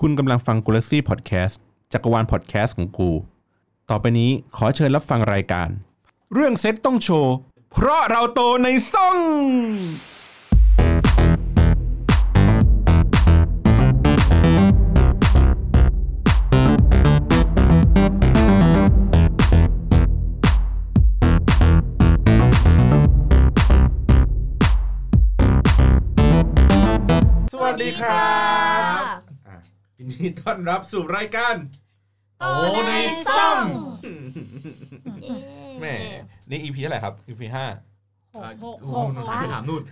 คุณกำลังฟังกูลักซี่พอดแคสต์จักรวาลพอดแคสต์ของกู ต่อไปนี้ขอเชิญรับฟังรายการ เรื่องเซ็ตต้องโชว์ เพราะเราโตในซ่อง สวัสดีครับยินดีต้อนรับสู่รายการ โตในซ่อง แหม่นี่อีพีเท่าไหร่ครับอีพีห้า หกหกห นู่ ก นนู่นไปถามนู่น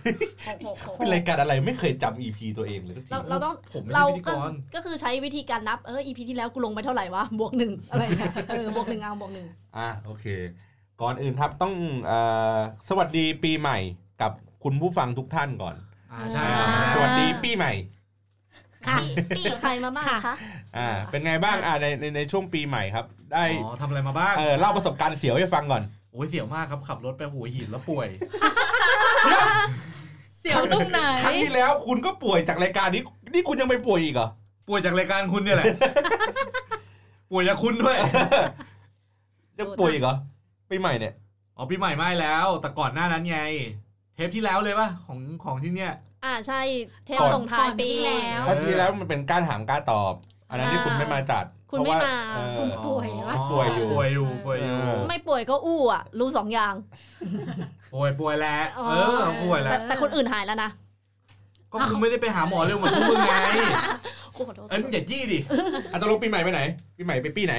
หกหกหก เป็นรายการอะไรไม่เคยจำอีพีตัวเองเลยสักที เราเราต้อง ผมไม่ เรา ใช่พิธีก ก็ ร ก็คือใช้วิธีการนับเอออีพีที่แล้วกูลงไปเท่าไหร่วะบวกหนึ่งอะไรเงี้ย เออบวกหนึ่งเอาบวกหนึ่ง อ่ะโอเค ก่อนอื่นครับต้องเอ่อสวัสดีปีใหม่กับคุณผู้ฟังทุกท่านก่อน อ่าใช่ อ่า ใช่ สวัสดีปีใหม่ ปีปีใครมาบ้างคะ อ่า เป็นไงบ้าง อ่าในในในช่วงปีใหม่ครับ ได้ อ๋อทำอะไรมาบ้าง เออเล่าประสบการณ์เสียวให้ฟังก่อน โอ้ยเสียวมากครับขับรถไปหัวหินแล้วป่วย เสียวตรงไหน ครั้งที่แล้วคุณก็ป่วยจากรายการนี้ นี่คุณยังไปป่วยอีกเหรอ ป่วยจากรายการคุณเนี่ย แหละ ป่วยจากคุณด้วย ยังป่วยอีกเหรอ ปีใหม่เนี่ย อ๋อปีใหม่ไม่แล้ว แต่ก่อนหน้านั้นไง เทปที่แล้วเลยปะของของที่เนี่ย อ่าใช่เทป ก่อน ส่งท้ายปี ก่อนที่แล้ว ครั้งที่แล้วมันเป็นการถามการตอบ อันนั้นที่คุณไม่มาจัด คุณไม่มา เพระว่เออ ป่วยวะ ป่วยอยู่ ป่วยอยู่ป่วยอยู่ เออ ไม่ป่วยก็อู้อ่ะรู้สองอย่าง ป่วยป่วยแหละเออป่วยแห แต่ ละ แต่คนอื่นหายแล้วนะ ก็คือไม่ได้ไปหาหมอเร็วเหมือนพวกมึงไง โอ้โหขอโทษ เอ้ยมึงอย่าจี้ดิ อ่ะตกลงปีใหม่ไปไหน ปีใหม่ไปปีไหน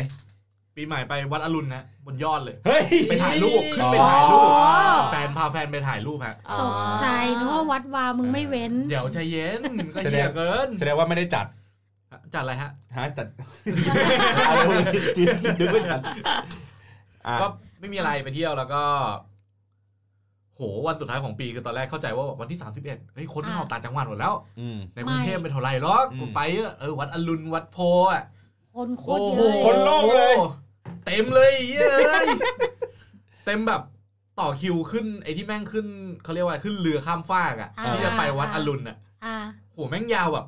ปีใหม่ไปวัดอรุณนะบนยอดเลย เฮ้ย ไปถ่ายรูปขึ้นไปถ่ายรูป อ๋อ แฟนพาแฟนไปถ่ายรูปฮะ อ๋อ ตกใจนึกว่าวัดวามึงไม่เว้น เดี๋ยวใจเย็น ก็ แสด เหี้ ง ยเกิน แสดงว่าไม่ได้จัด จัดอะไรฮะ ฮะ จัด อะไรวะจริงนึกว่าจัดอ่ะ ก็ไม่มีอะไรไปเที่ยวแล้วก็ โหวันสุดท้ายของปีคือตอนแรกเข้าใจว่าวันที่ 31เฮ้ยคนที่ อ่า ออกต่างจังหวัดหมดแล้ว อืม ในกรุงเทพ ไม่ เป็นเท่าไหร่หรอก อืม กูไปเออวัดอรุณวัดโพอ่ะ คนโค โอ้ ตโหรเยอะ คนโล่งเลย เต็มเลยเย้ยเต็มแบบต่อคิวขึ้น ไอ้ที่แม่งขึ้นเขาเรียกว่าขึ้นเรือข้ามฟากอ่ะ อ่า ที่จะไปวัดอรุณอ่ะ อ่า โหแม่งยาวแบบ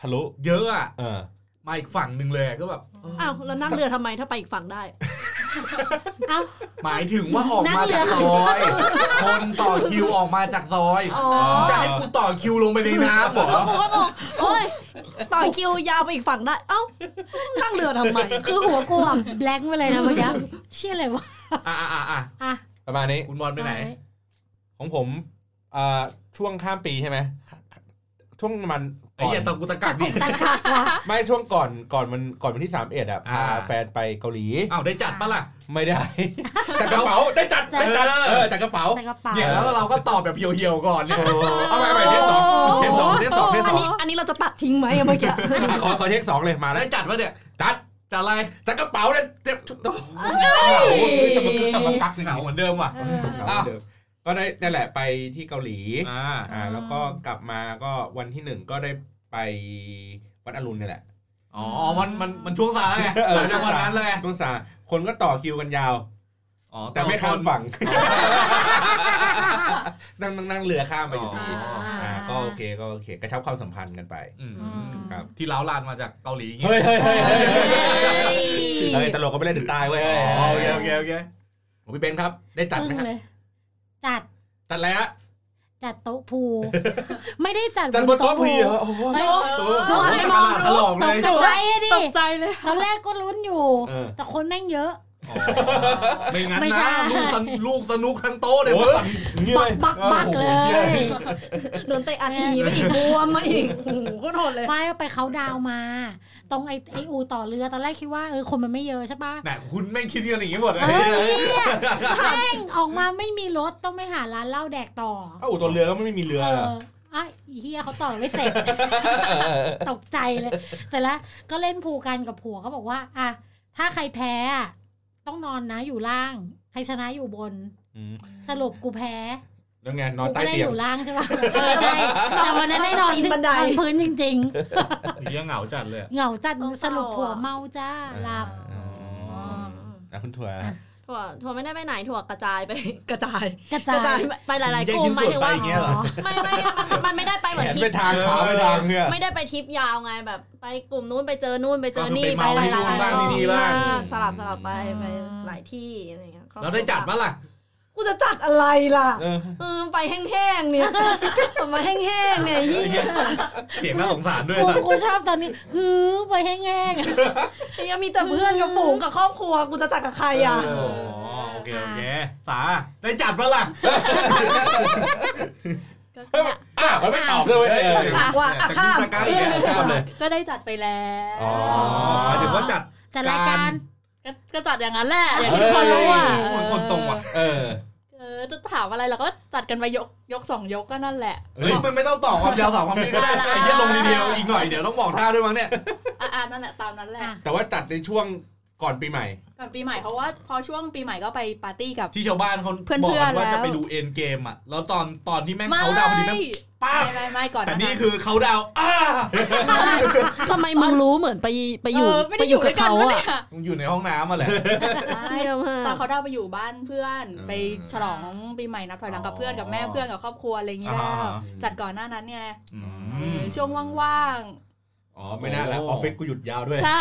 ทะลุ เยอะอ่ะ เออ มาอีกฝั่งหนึ่งเลยอะก็แบบเออ อ้าวแล้วนั่งเรือทำไมถ้าไปอีกฝั่งได้ เอ้า หมายถึงว่าออกมา นั่งเรื จาก อ ซอย คนต่อคิวออกมาจากซอย อ๋อ จะให้กูต่อคิวลงไปในน้ำเหรอ แล้วกูก็งงโอ้ย ต่อคิวยาวไปอีกฝั่งได้ เอ้านั่งเรือทำ ไม คือหัวกูอะแบล็งไปเลยนะเมื่อกี้เชี่ยอะไรวะ อ่ะอ่ะอ่ะอ่ะ อ่ะ ประมาณนี้ คุณบอลไปไหน ของผมอ่าช่วงข้ามปีใช่ไหม ช่วงมัน ไอ้เหี้ยตะ ก่อน กูตะกักดิ ตะกักวะ ไม่ช่วงก่อนก่อนมันก่อนวันที่สามเอ็ดอ่ะ พา อ่า แฟนไปเกาหลี อ้าวได้จัดปะล่ะ ไม่ได้ จัดกระเป๋า ได้จัด ได้จัด เออ เออ จัดกระเป๋า ใส่กระเป๋า เนี่ยแล้วเราก็ตอบแบบเหี่ยวๆก่อนเนี่ย เอาไปเอาไปเทสสองเทสสองเทสสองเทสสอัองนนี้อันนี้เราจะตัดทิ้งไหมเมื่อกี้ อ่ ะขอขอเทสสองเลยมาแล้ว ได้จัดปะเนี่ย จัด จัดอะไร จัดกระเป๋าเนี่ยเจ็บชุดโอ้โหสมกักสมกัก เหงางเหา เหมือนเดิมว่ะ เออ อ้าวก็ได้นั่นแหละไปที่เกาหลี อ่า อ่าแล้วก็กลับมาก็วันที่หนึ่งก็ได้ไปวัดอรุณเนี่ยแหละ อ๋อมันมันมันช่วงสายไง เออ หลังจากวันนั้นเลย ต้นสาคนก็ต่อคิวกันยาว อ๋อ แต่ไม่ข้ามฝั่ง นั่งนั่งนั่งเรือข้ามไปอยู่ที่ อ๋ออ่ ่าก็โอเคก็โอเค กระชับความสัมพันธ์กันไป อืม อืม ครับ ที่เล้าลานมาจากเกาหลีอย่างงี้ เฮ้ยเฮ้ยเฮ้ยเฮ้ย เฮ้ เฮ้ย ย ตลกก็ไม่เล่นถึงตายเว้ย อ๋ เฮ้ย อโอเคโอเคโอเค ผมพี่เบนครับ ได้จัดไหม อึ้ง ฮะ เลยจัด จัดอะไรฮะ จัดโต๊ะพูไม่ได้จัด จัดบนโต๊ะพีเหรอโอ้โห เฮ้ย โอ้ยตลาดตลก ต เล ก ย ใจอะดิ ตกใจเลย ตอนแรกก็ลุ้นอยู่ เออ แต่คนแม่งเยอะ ไม่งั้น ไม่ใช่ นะลูกสนลูกสนุกทั้งโต๊ะเลย โอ้ย สั่น นี่ บั เลยกบักบักเลย โดนเตะอัดอีไปอีกบวมมาอีกโอ้โหโคตรโหดเลย ไม่ไปเขาดาวน์มา ตรงไอไออูต่อเรือตอนแรกคิดว่าเออคนมันไม่เยอะใช่ปะ น่ะคุณแม่งคิดกันอย่างนี้หมดเลย เฮ้ยแม่งออกมาไม่มีรถต้องไปหาร้านเหล้าแดกต่อ เอ้าอู่ตัวเรือก็ไม่มีเรือ เอ เหรอ ออ่ะอีเฮียเขาต่อไม่ เสร็จ ตกใจเลย แต่ละก็เล่นผูกกันกับผัวเขาบอกว่า อ่ะถ้าใครแพ้อะต้องนอนนะอยู่ล่าง ใครชนะอยู่บน ม สรุปกูแพ้ แล้วไงน กู อนใต้ ก็ได้ เตีย อง ยู่ล่างใช่ปะใช่แต่วันนั้นได้นอน ตีนบันได นอนพื้นจริง ๆ เหี้ยเหงาจัดเลยอะ เหงาจัด เออ สรุป เศร้าอะ ผัวเมาจ้าหลับ อ่าคุณถั่วนะ ถั่วถั่วไม่ได้ไปไหนถั่วกระจายไป กระจาย กระ ก จา ระจาย ยไปหลาย แย ๆ ก กลุ่ ชิ้ ม น หมา ส่ ย วถึงนไป ว่า อย่างเงี้ยเหรอ ไม่ไม่มันมันไม่ได้ไปเหมือน แขน ทริ ไป ป ทางขาไปทางเนี่ย ไม่ได้ไปทริปยาวไงแบบไปกลุ่มนู้นไปเจอนู่นไปเจอนี่ ก็คือ ไป ไป ห เมาที่นู่ ลาน ยๆ บ้างที่นี่บ้าง สลับสลับไปไปหลายที่อะไรเงี้ย เราได้จัดปะล่ะ กูจะจัดอะไรล่ะ เออ เออไปแห้งๆเนี่ย ผมมาแห้งๆเนี่ยเหี้ย เสียงน่าสงสารด้วย กู สัตว์ กูชอบตอนนี้ฮือไปแห้งๆอะ ไอ้ยังมีแต่เพื่อนกับฝูงกับครอบครัวกูจะจัดกับใครอ่ะ เออโอเคโอเคสาได้จัดปะล่ะ อ่ะมันไม่ตอบเลยเว้ยเออ อ่ะว่าอ่ะข้าม ตะกร้า อีกแล้วข้ามเลย ก็ได้จัดไปแล้ว อ๋อ หมายถึงว่าจัด จัดรายการ ก็ก็จัดอย่างนั้นแห ละอย่างที่ทุกคนรู้อ่ะ เฮ้ยคนตรงว่ะ เออ เออจะถามอะไรเราก็จัดกันไปยกยกสองยกก็นั่นแหละ เฮ้ยมันไม่ต้องต่อความยาวสาวความนี้ก็ได้ ได้ละ ไอ้เหี้ยลงทีเดียวอีกหน่อยเดี๋ยวต้องบอกท่าด้วยมั้งเนี่ย อ่ะอ่ะนั่นแหละตามนั้นแหละ อ่ะ แต่ว่าจัดในช่วงก่อนปีใหม่ ก่อนปีใหม่เพราะว่าพอช่วงปีใหม่ก็ไปปาร์ตี้กับ ที่ชาวบ้านเขา เพื่อนๆ บอกกันว่า แล้ว จะไปดูเอ็นเกมอ่ะแล้วตอนตอนที่แม่ง ไม่ เขาดาวน์พอดีแม่งป้าบ ไม่ไม่ไม่ก่อน แต่ หา นี่คือเขาดาวน์อ้า ทำไมมึงรู้เหมือนไปไป เ อยู่ไปอยู่กับเขา ด้ว อ่ะ ยกัน มึงอยู่ในห้องน้ำมาแหละ ปเนี่ยไม่ตอนเขาได้ไปอยู่บ้านเพื่อน เออ ไปฉลองปีใหม่นับถอยหลังกับเพื่อนกับแม่ อ๋อ เพื่อนกับครอบครัวอะไรอย่างเงี้ย อ่า แล้วจัดก่อนหน้านั้นไง อื อื ม ม ช่วงว่าง อ๋อไม่น่าแล้วออฟฟิศกูหยุดยาวด้วย ๆใช่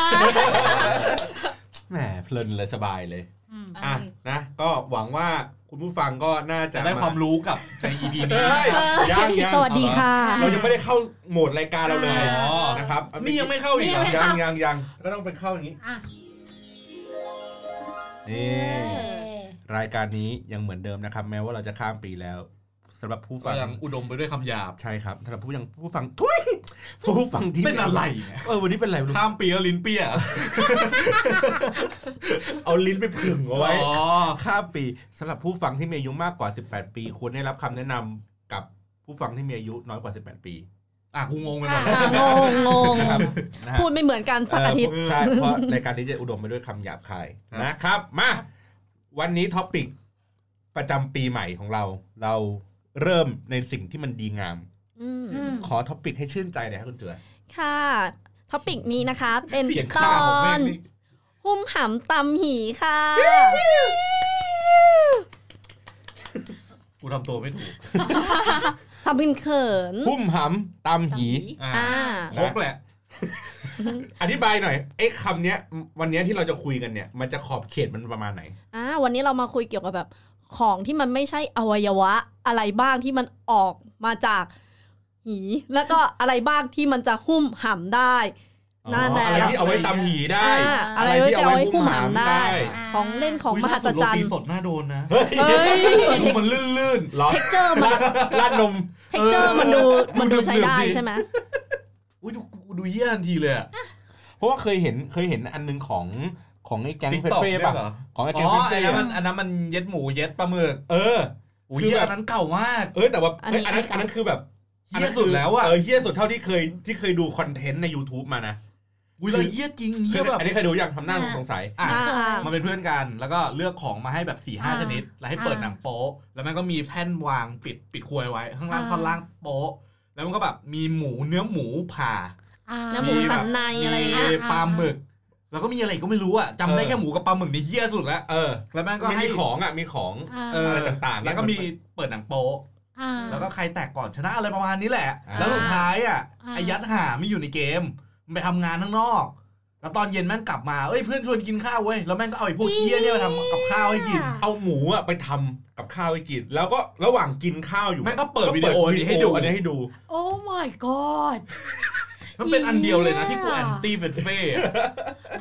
แหมเพลินเลยสบายเลย อืม อ่ะนะก็หวังว่าคุณผู้ฟังก็น่าจะ จะได้ความรู้กับใน EP นี้เฮ้ยยังยัง สวัสดีค่ะ เรายังไม่ได้เข้าโหมดรายการเราเลย อ๋อ นะครับ นี่ยังไม่เข้าอีกเหร ยัยัองงยังยังก็ต้องเป็นเข้าอย่างนี้ อ่ะ นี่ เอ้ย รายการนี้ยังเหมือนเดิมนะครับ แม้ว่าเราจะข้ามปีแล้วสำหรับผู้ฟัง ยังอุดมไปด้วยคำหยาบ ใช่ครับสำหรับผู้ยังผู้ฟังทุยผู้ฟังที่ เป็นอะไรเนี่ย เออวันนี้เป็นอะไรไม่รู้ ข้ามปีแล้วลิ้นเปียก เอาลิ้นไปผึ่งเอาไว้ อ๋อ ข้ามปีสำหรับผู้ฟังที่มีอายุมากกว่า 18 ปี ควรได้รับคำแนะนำกับผู้ฟังที่มีอายุน้อยกว่า 18 ปี อ่ะกูงงไปหมดแล้ว งงงง นะครับนะฮะ พูดไม่เหมือนกันสักอาทิตย์ เใช่เพราะรายการนี้จะอุดมไปด้วยคำหยาบคายนะครับ มาวันนี้ท็อปิกประจำปีใหม่ของเรา เราเริ่มในสิ่งที่มันดีงาม อืม อืม ขอท็อปิกให้ชื่นใจหน่อยครับคุณเจือ ค่ะท็อปิกนี้นะคะเป็น เสียง ต ข้า อ ของแม่ น งนี่ หุ้มหำตำหีค่ะ กูทำตัวไม่ถูก ทำเป็นเขิน พุ่มหำตำหี อ่า อ่า คกแหละ อธิบายหน่อยไอ้คำเนี้ยวันเนี้ยที่เราจะคุยกันเนี่ย มันจะขอบเขตมันประมาณไหน อ่าวันนี้เรามาคุยเกี่ยวกับแบบของที่มันไม่ใช่อวัยวะอะไรบ้างที่มันออกมาจากหีแล้วก็อะไรบ้างที่มันจะหุ้มหำได้ นั่นแหละ อ๋ออะไรที่เอาไว้ตำหีได้ อ่าอะไรไว้จะเอาไว้หุ้มหำได้ า ของเล่นของมหัศจรร อุ๊ย ย์ ถ้าสดโรตีสดหน้าโดนนะ เฮ้ย มันลื่น เหรอ เท็กเจอร์มัน ลาดนม เท็กเจอร์มันดูมันดูใช้ได้ ดูดี ใช่ไหม ๆ อุ้ยดูกูดูเยี่ยทันทีเลยอะ เพราะว่าเคยเห็นเคยเห็นอันหนึงของของไอ้แก๊งเฟ TikTok เฟ่ เนี่ย ป่ะ เหรอ ของไอ้ อ๋ แก๊ง อ เฟ อั เฟ่ นนั้น อะ มันอันนั้นมันเย็ดหมูเย็ดปลาหมึก เออ อุ้ย คือ เยี่ย แบบ อันนั้นเก่ามาก เออแต่ว่าเอ้ยอันนั้นอันนั้นคือแบบ เหี้ยสุดแล้วอะ เออเฮี้ยสุดเท่าที่เคยที่เคยดูคอนเทนต์ใน YouTube มานะ อุ้ยแล้วเยี่ยจริงเยี่ยแบบ อันนี้เคยดูอย่างทำหน้าสงสัย อ่ะ อ่าอ่า มันเป็นเพื่อนกัน แล้วก็เลือกของมาให้แบบ4ี่ห้าชนิด แล้วให้เปิดหนังโป๊ะแล้วมันก็มีแท่นวางปิดปิดครัวยไว้ ข้างล่าง อ่า ข้างล่างโป๊ะแล้วมันก็แบบมีหมูเนื้อหมูผ่า อ่า น้ำหมูสันในอะไรอย่างเงี้ย มีปลาหมึก แล้วก็มีอะไรอีกก็ไม่รู้อะจำได้แค่หมูกับปลาหมึกนี่เยี่ยสุดแล้ว เออ แล้วแม่งก็ มี ให้ มีของอ่ะมีของ เออ อะไร อ ต่างๆ แล้วก็มีเปิดหนังโป๊ะ อ่า แล้วก็ใครแตกก่อนชนะอะไรประมาณนี้แหละ า แล้วสุดท้ายอ่ะ อ่า ไอ้ยัดหาไม่อยู่ในเกม มันไปทำงานข้างนอก แล้วตอนเย็นแม่งกลับมาเอ้ยเพื่อนชวนกินข้าวเว้ยแล้วแม่งก็เอาไอ้พวกเยี่ยเนี่ยมาทำกับข้าวให้กิน เอาหมูอ่ะไปทำกับข้าวให้กิน แล้วก็ระหว่างกินข้าวอยู่ แม่งก็เปิดวิดีโอนี้ให้ดู อันนี้ให้ดู โอ้ my god มันเป็นอันเดียวเลยนะที่กู เหี้ แอย นตี้เฟดเฟ่อะ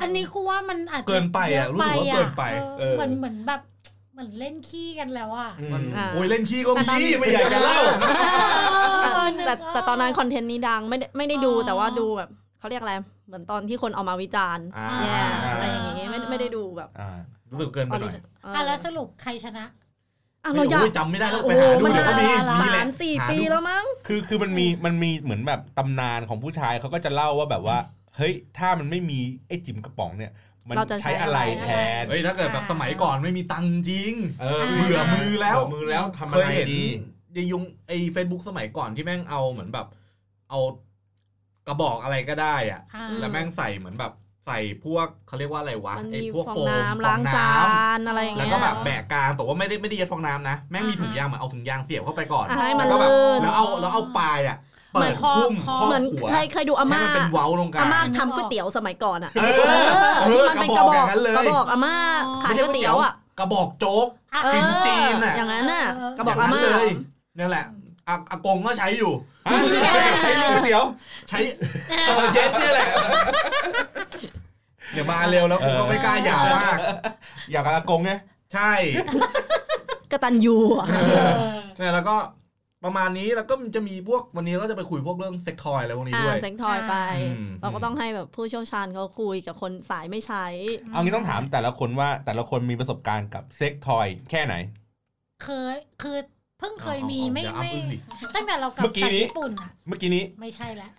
อันนี้กูว่ามันอาจจะ เกินไปอะรู้สึกว่าเกินไป เออเหมือนเหมือนแบบเหมือนเล่นขี้กันแล้วอ่ะ มัน อ่า โอ้ยเล่นขี้ก็มีไม่อยากจะเล่า แต่ นึก แต่ ก แต่ตอนนั้นคอนเทนต์นี้ดังไม่ได้ไม่ได้ดู อ๋อ แต่ว่าดูแบบเขาเรียกอะไรเหมือนตอนที่คนเอามาวิจารณ์ อ่า แย่อะไรอย่างงี้ไม่ไม่ได้ดูแบบ อ่า รู้สึกเกินไปหน่อย audition เ อ่ะแล้วสรุปใครชนะ อ่ะเราอยาก โอ้จำไม่ได้แล้ว โอ้ ไป โห หาดู มัน เดี๋ยวก็มี นาน มีสาแหละ มสี่ หา ปี ดู แล้วมั้ง คือคือมันมีมันมีเหมือนแบบตำนานของผู้ชายเขาก็จะเล่าว่าแบบว่า เฮ้ยถ้ามันไม่มีไอ้จิ๋มกระป๋องเนี่ย มัน เราจะใช้ ใช้อะไร อะไร แทน เฮ้ยถ้าเกิดแบบสมัยก่อนไม่มีตังค์จริง เออ เบื่อมือแล้ว เบื่มือแล้วทำอะ เคย ไร เห็น ดี ในยุงไอ้เฟซบุ๊กสมัยก่อนที่แม่งเอาเหมือนแบบ เอากระบอกอะไรก็ได้อะ อ่า แล้วแม่งใส่เหมือนแบบ ใส่พวกเขาเรียกว่าอะไรวะ มัน ไอ้ มี พวก ฟอง โฟม น้ำล้างจาน อะไรอย่าง แล้ว เงี้ย ก็แบบแบกกลางแต่ว่าไม่ได้ไม่ได้ยัดฟองน้ำนะแม่งมีถุงยางเหมือนเอาถุงยางเสียบเข้าไปก่อน อ่ะให้มัน แล้วแบบ ลื่น แล้วเอาแล้วเอาปลายอ่ะ เห เปิ มือนดคอ คุ้ม ค คร อ อบ เหมือน หัว เคยเคยดูอา ให้ ม่า มันเป็นเว้าตรงกลา อาง ม่าทำก๋วยเตี๋ยวสมัยก่อนอ่ะ เออ เออที่มันเป็นกระบอก กระบอกกระบอกอย่างนั้นเลยอาม่าขายก๋วยเตี๋ยวอ่ะ กระบอกโจ๊ก อ่ะ เออ กินจีนอะ อย่างนั้นน่ะ เออ กระบอกอาม่า ย่งนั้นเลยนี่นแหละอาอากงก็ใช้อยู่ อ่ะใช้เรื่องก๋วยเตี๋ยว ใช้เออเย็ดเนี่ ยแหละเดี๋ยวมาเร็วแล้วกูก็ไม่กล้าหยาบมาก อยากกับอากงไง ใช่ กระตันยูอะ เนี่ยแล้วก็ประมาณนี้แล้วก็มันจะมีพวกวันนี้เราก็จะไปคุยพวกเรื่องเซ็กทอยอะไรพวกนี้ อ่า ด้วย เซ็งทอยไป อืม เราก็ต้องให้แบบผู้เชี่ยวชาญเขาคุยกับคนสายไม่ใช้ เอางี้ต้องถามแต่ละคนว่าแต่ละคนมีประสบการณ์กับเซ็กทอยแค่ไหน เคยคือเพิ่งเคยมี อาๆ ไม่ อย่าอ้ำ ไม่ อึ้งดิ ตั้งแต่เรากลั เมื่ บ อกี้ จาก นี้ ญี่ปุ่นอ่ะ เมื่อกี้นี้ ไม่ใช่ละ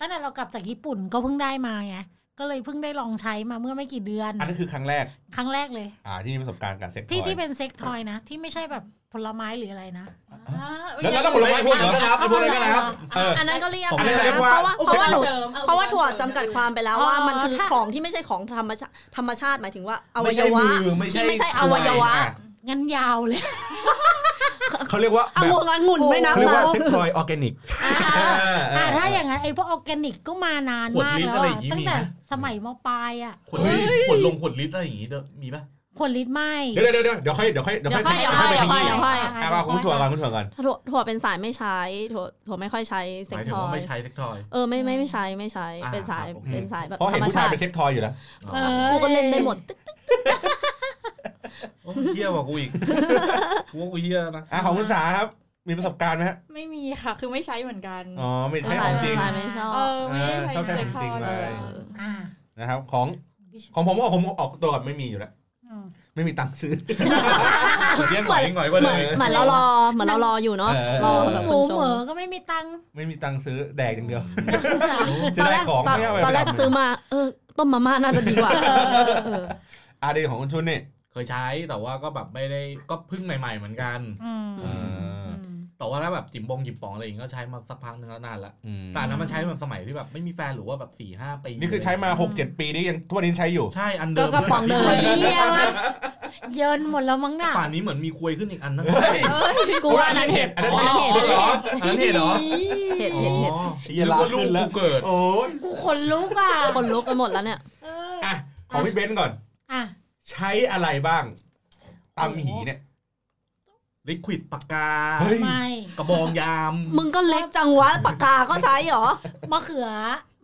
ตั้งแต่เรากลับจากญี่ปุ่นก็เพิ่งได้มาไงก็เลยเพิ่งได้ลองใช้มาเมื่อไม่กี่เดือน อันนั้นคือครั้งแรก ครั้งแรกเลย อ่าที่มีประสบการณ์กับเซ็กท ที่ อย ที่เป็นเซ็กทอยนะ ที่ไม่ใช่แบบผลไม้หรืออะไรนะ แล้วแล้วต้องผลไม้พวกเหรอ ก็นับไอ้พวกนั้นก็นับ เออ อันนั้นก็เรียก ผมไม่ นะ ได้เรียก เพ ว่า ราะว่าเพราะว่าหนู สริมอ เพราะว่าถั่วจำกัดความไปแล้วว่า อ๋อ มันคือ ถ้า ของที่ไม่ใช่ของธรรมชาติธรรมชาติหมายถึงว่าอวั ไม่ ย ใช่ วะ มือไม่ใช่ ที่ไม่ใช่อวัยวะ อ่ งั้นยาวเลย เขาเรียกว่า เอา แบบ วงองุ่นไม่นับ เขาเรียก แล้ ว่าว เซ็กทอยออร์แกนิก อ่าอ่าถ้าอย่างนั้นไอ้พวกออร์แกนิกก็มานานมากแล้วอะตั้งแต่สมัยมปลายอ่ะ ขวดลิตรขวดลงขวดลิตรอะไรอย่างงี้เด้อมีปะ ผลลิตรไม่ เดี๋ยวเดี๋ยวเดี๋ยวเดี๋ยวค่อยเดี๋ยวค่อยเดี๋ยว เดี๋ยว ค่ ค่ อ อย ยเดี๋ยวค่อย ไป เดี๋ขยี้ยวค่อยเดี๋ยวค่อย อ่ะมาคุณถั่วก่อนคุณถั่วก่อน ถั่วถั่วเป็นสายไม่ใช้ถั่วถั่วไม่ค่อยใช้ ห เซ็ง มายถึ ท ง อ ว่าย ไม่ใช้เซ็กทอย เออไม่ไม่ไม่ใช้ไม่ใช้ อ่า เป็นสาย ครับผม เป็นสายแบบ เพราะ ธร เห็น รม ผู้ชาชาย ติ เป็นเซ็กทอยอยู่แล้ว เออ กูก็เล่นได้หมด โอ้ยเฮี้ยกว่ากู อีกกูว่ากูเฮี้ยนะ อ่ะของคุณสาครับ มีประสบการณ์ไหมฮะ ไม่มีค่ะ คือไม่ใช้เหมือนกัน อ๋อไม่ใช่ของจริง สายไม่ชอบ เออไม่ได้ เออชอบใช้ ใช้ ของจริง เล เลย ย อ่า นะครับของของผมว่าผมออกตัวก่อนไม่มีอยู่แล้ว อืม ไม่มีตังค์ ซื้อ เฮี้ยหน่อยหน่อยกว่า เห เล มือน ย เหมือนเรารอเหมือนเรารออยู่เนาะ เออ รอแบบ ห คุ มู ณช เห ม มอก็ไม่มีตังค์ ไม่มีตังค์ซื้อแดกอย่างเดียว ต จะ อน ได้ แรก ของ ตอน ไม่เอาไป ตอนแรก ทำ ซื้อมาเออต้มมาม่าน่าจะดีกว่าเออ อาดีของคุณชุนนี่ เคยใช้แต่ว่าก็แบบไม่ได้ก็เพึ่งใหม่ ๆ เหมือนกัน อืม อื อืม แต่ว่าถ้าแบบจิ๋มบงจิ๋มปองอะไรอย่างงี้ก็ใช้มาสักพักหนึงแล้วนานละ อืม แต่อันนั้นมันใช้แบบสมัยที่แบบไม่มีแฟนหรือว่าแบบสี่ห้าปี นี่คือใช้มา 6-7 ปีนี่ยังทั่วนี้ใช้อยู่ ใช่อัน ก็ เดิม กระป๋องเดิม เฮียมากเยินหมดแล้วมั้งน่ะ ป่านนี้เหมือนมีควยขึ้นอีกอันนะ กูว่าอันนั้นเห็ด อั อั น น นั้ นั้น นเห็ด เหรออันนั้นเห็นเหรอ เห็ดเห็ดเห็ด อ๋อ เหี้ยลา นึกว่าลูก ขึ้นแล้ว กูเกิด โอ้ย กูขนลุกอ่ะ คนลุกไปหมดแล้วเนี่ย เออ อ่ะของพี่เบนซ์ก่อน อ่ะ ใช้อะไรบ้างตำหีเนี่ย ลิควิดปากกา เฮ้ย ไม่ กระบองยาม มึงก็เล็กจังวะปากกาก็ใช้เหรอ มะเขือ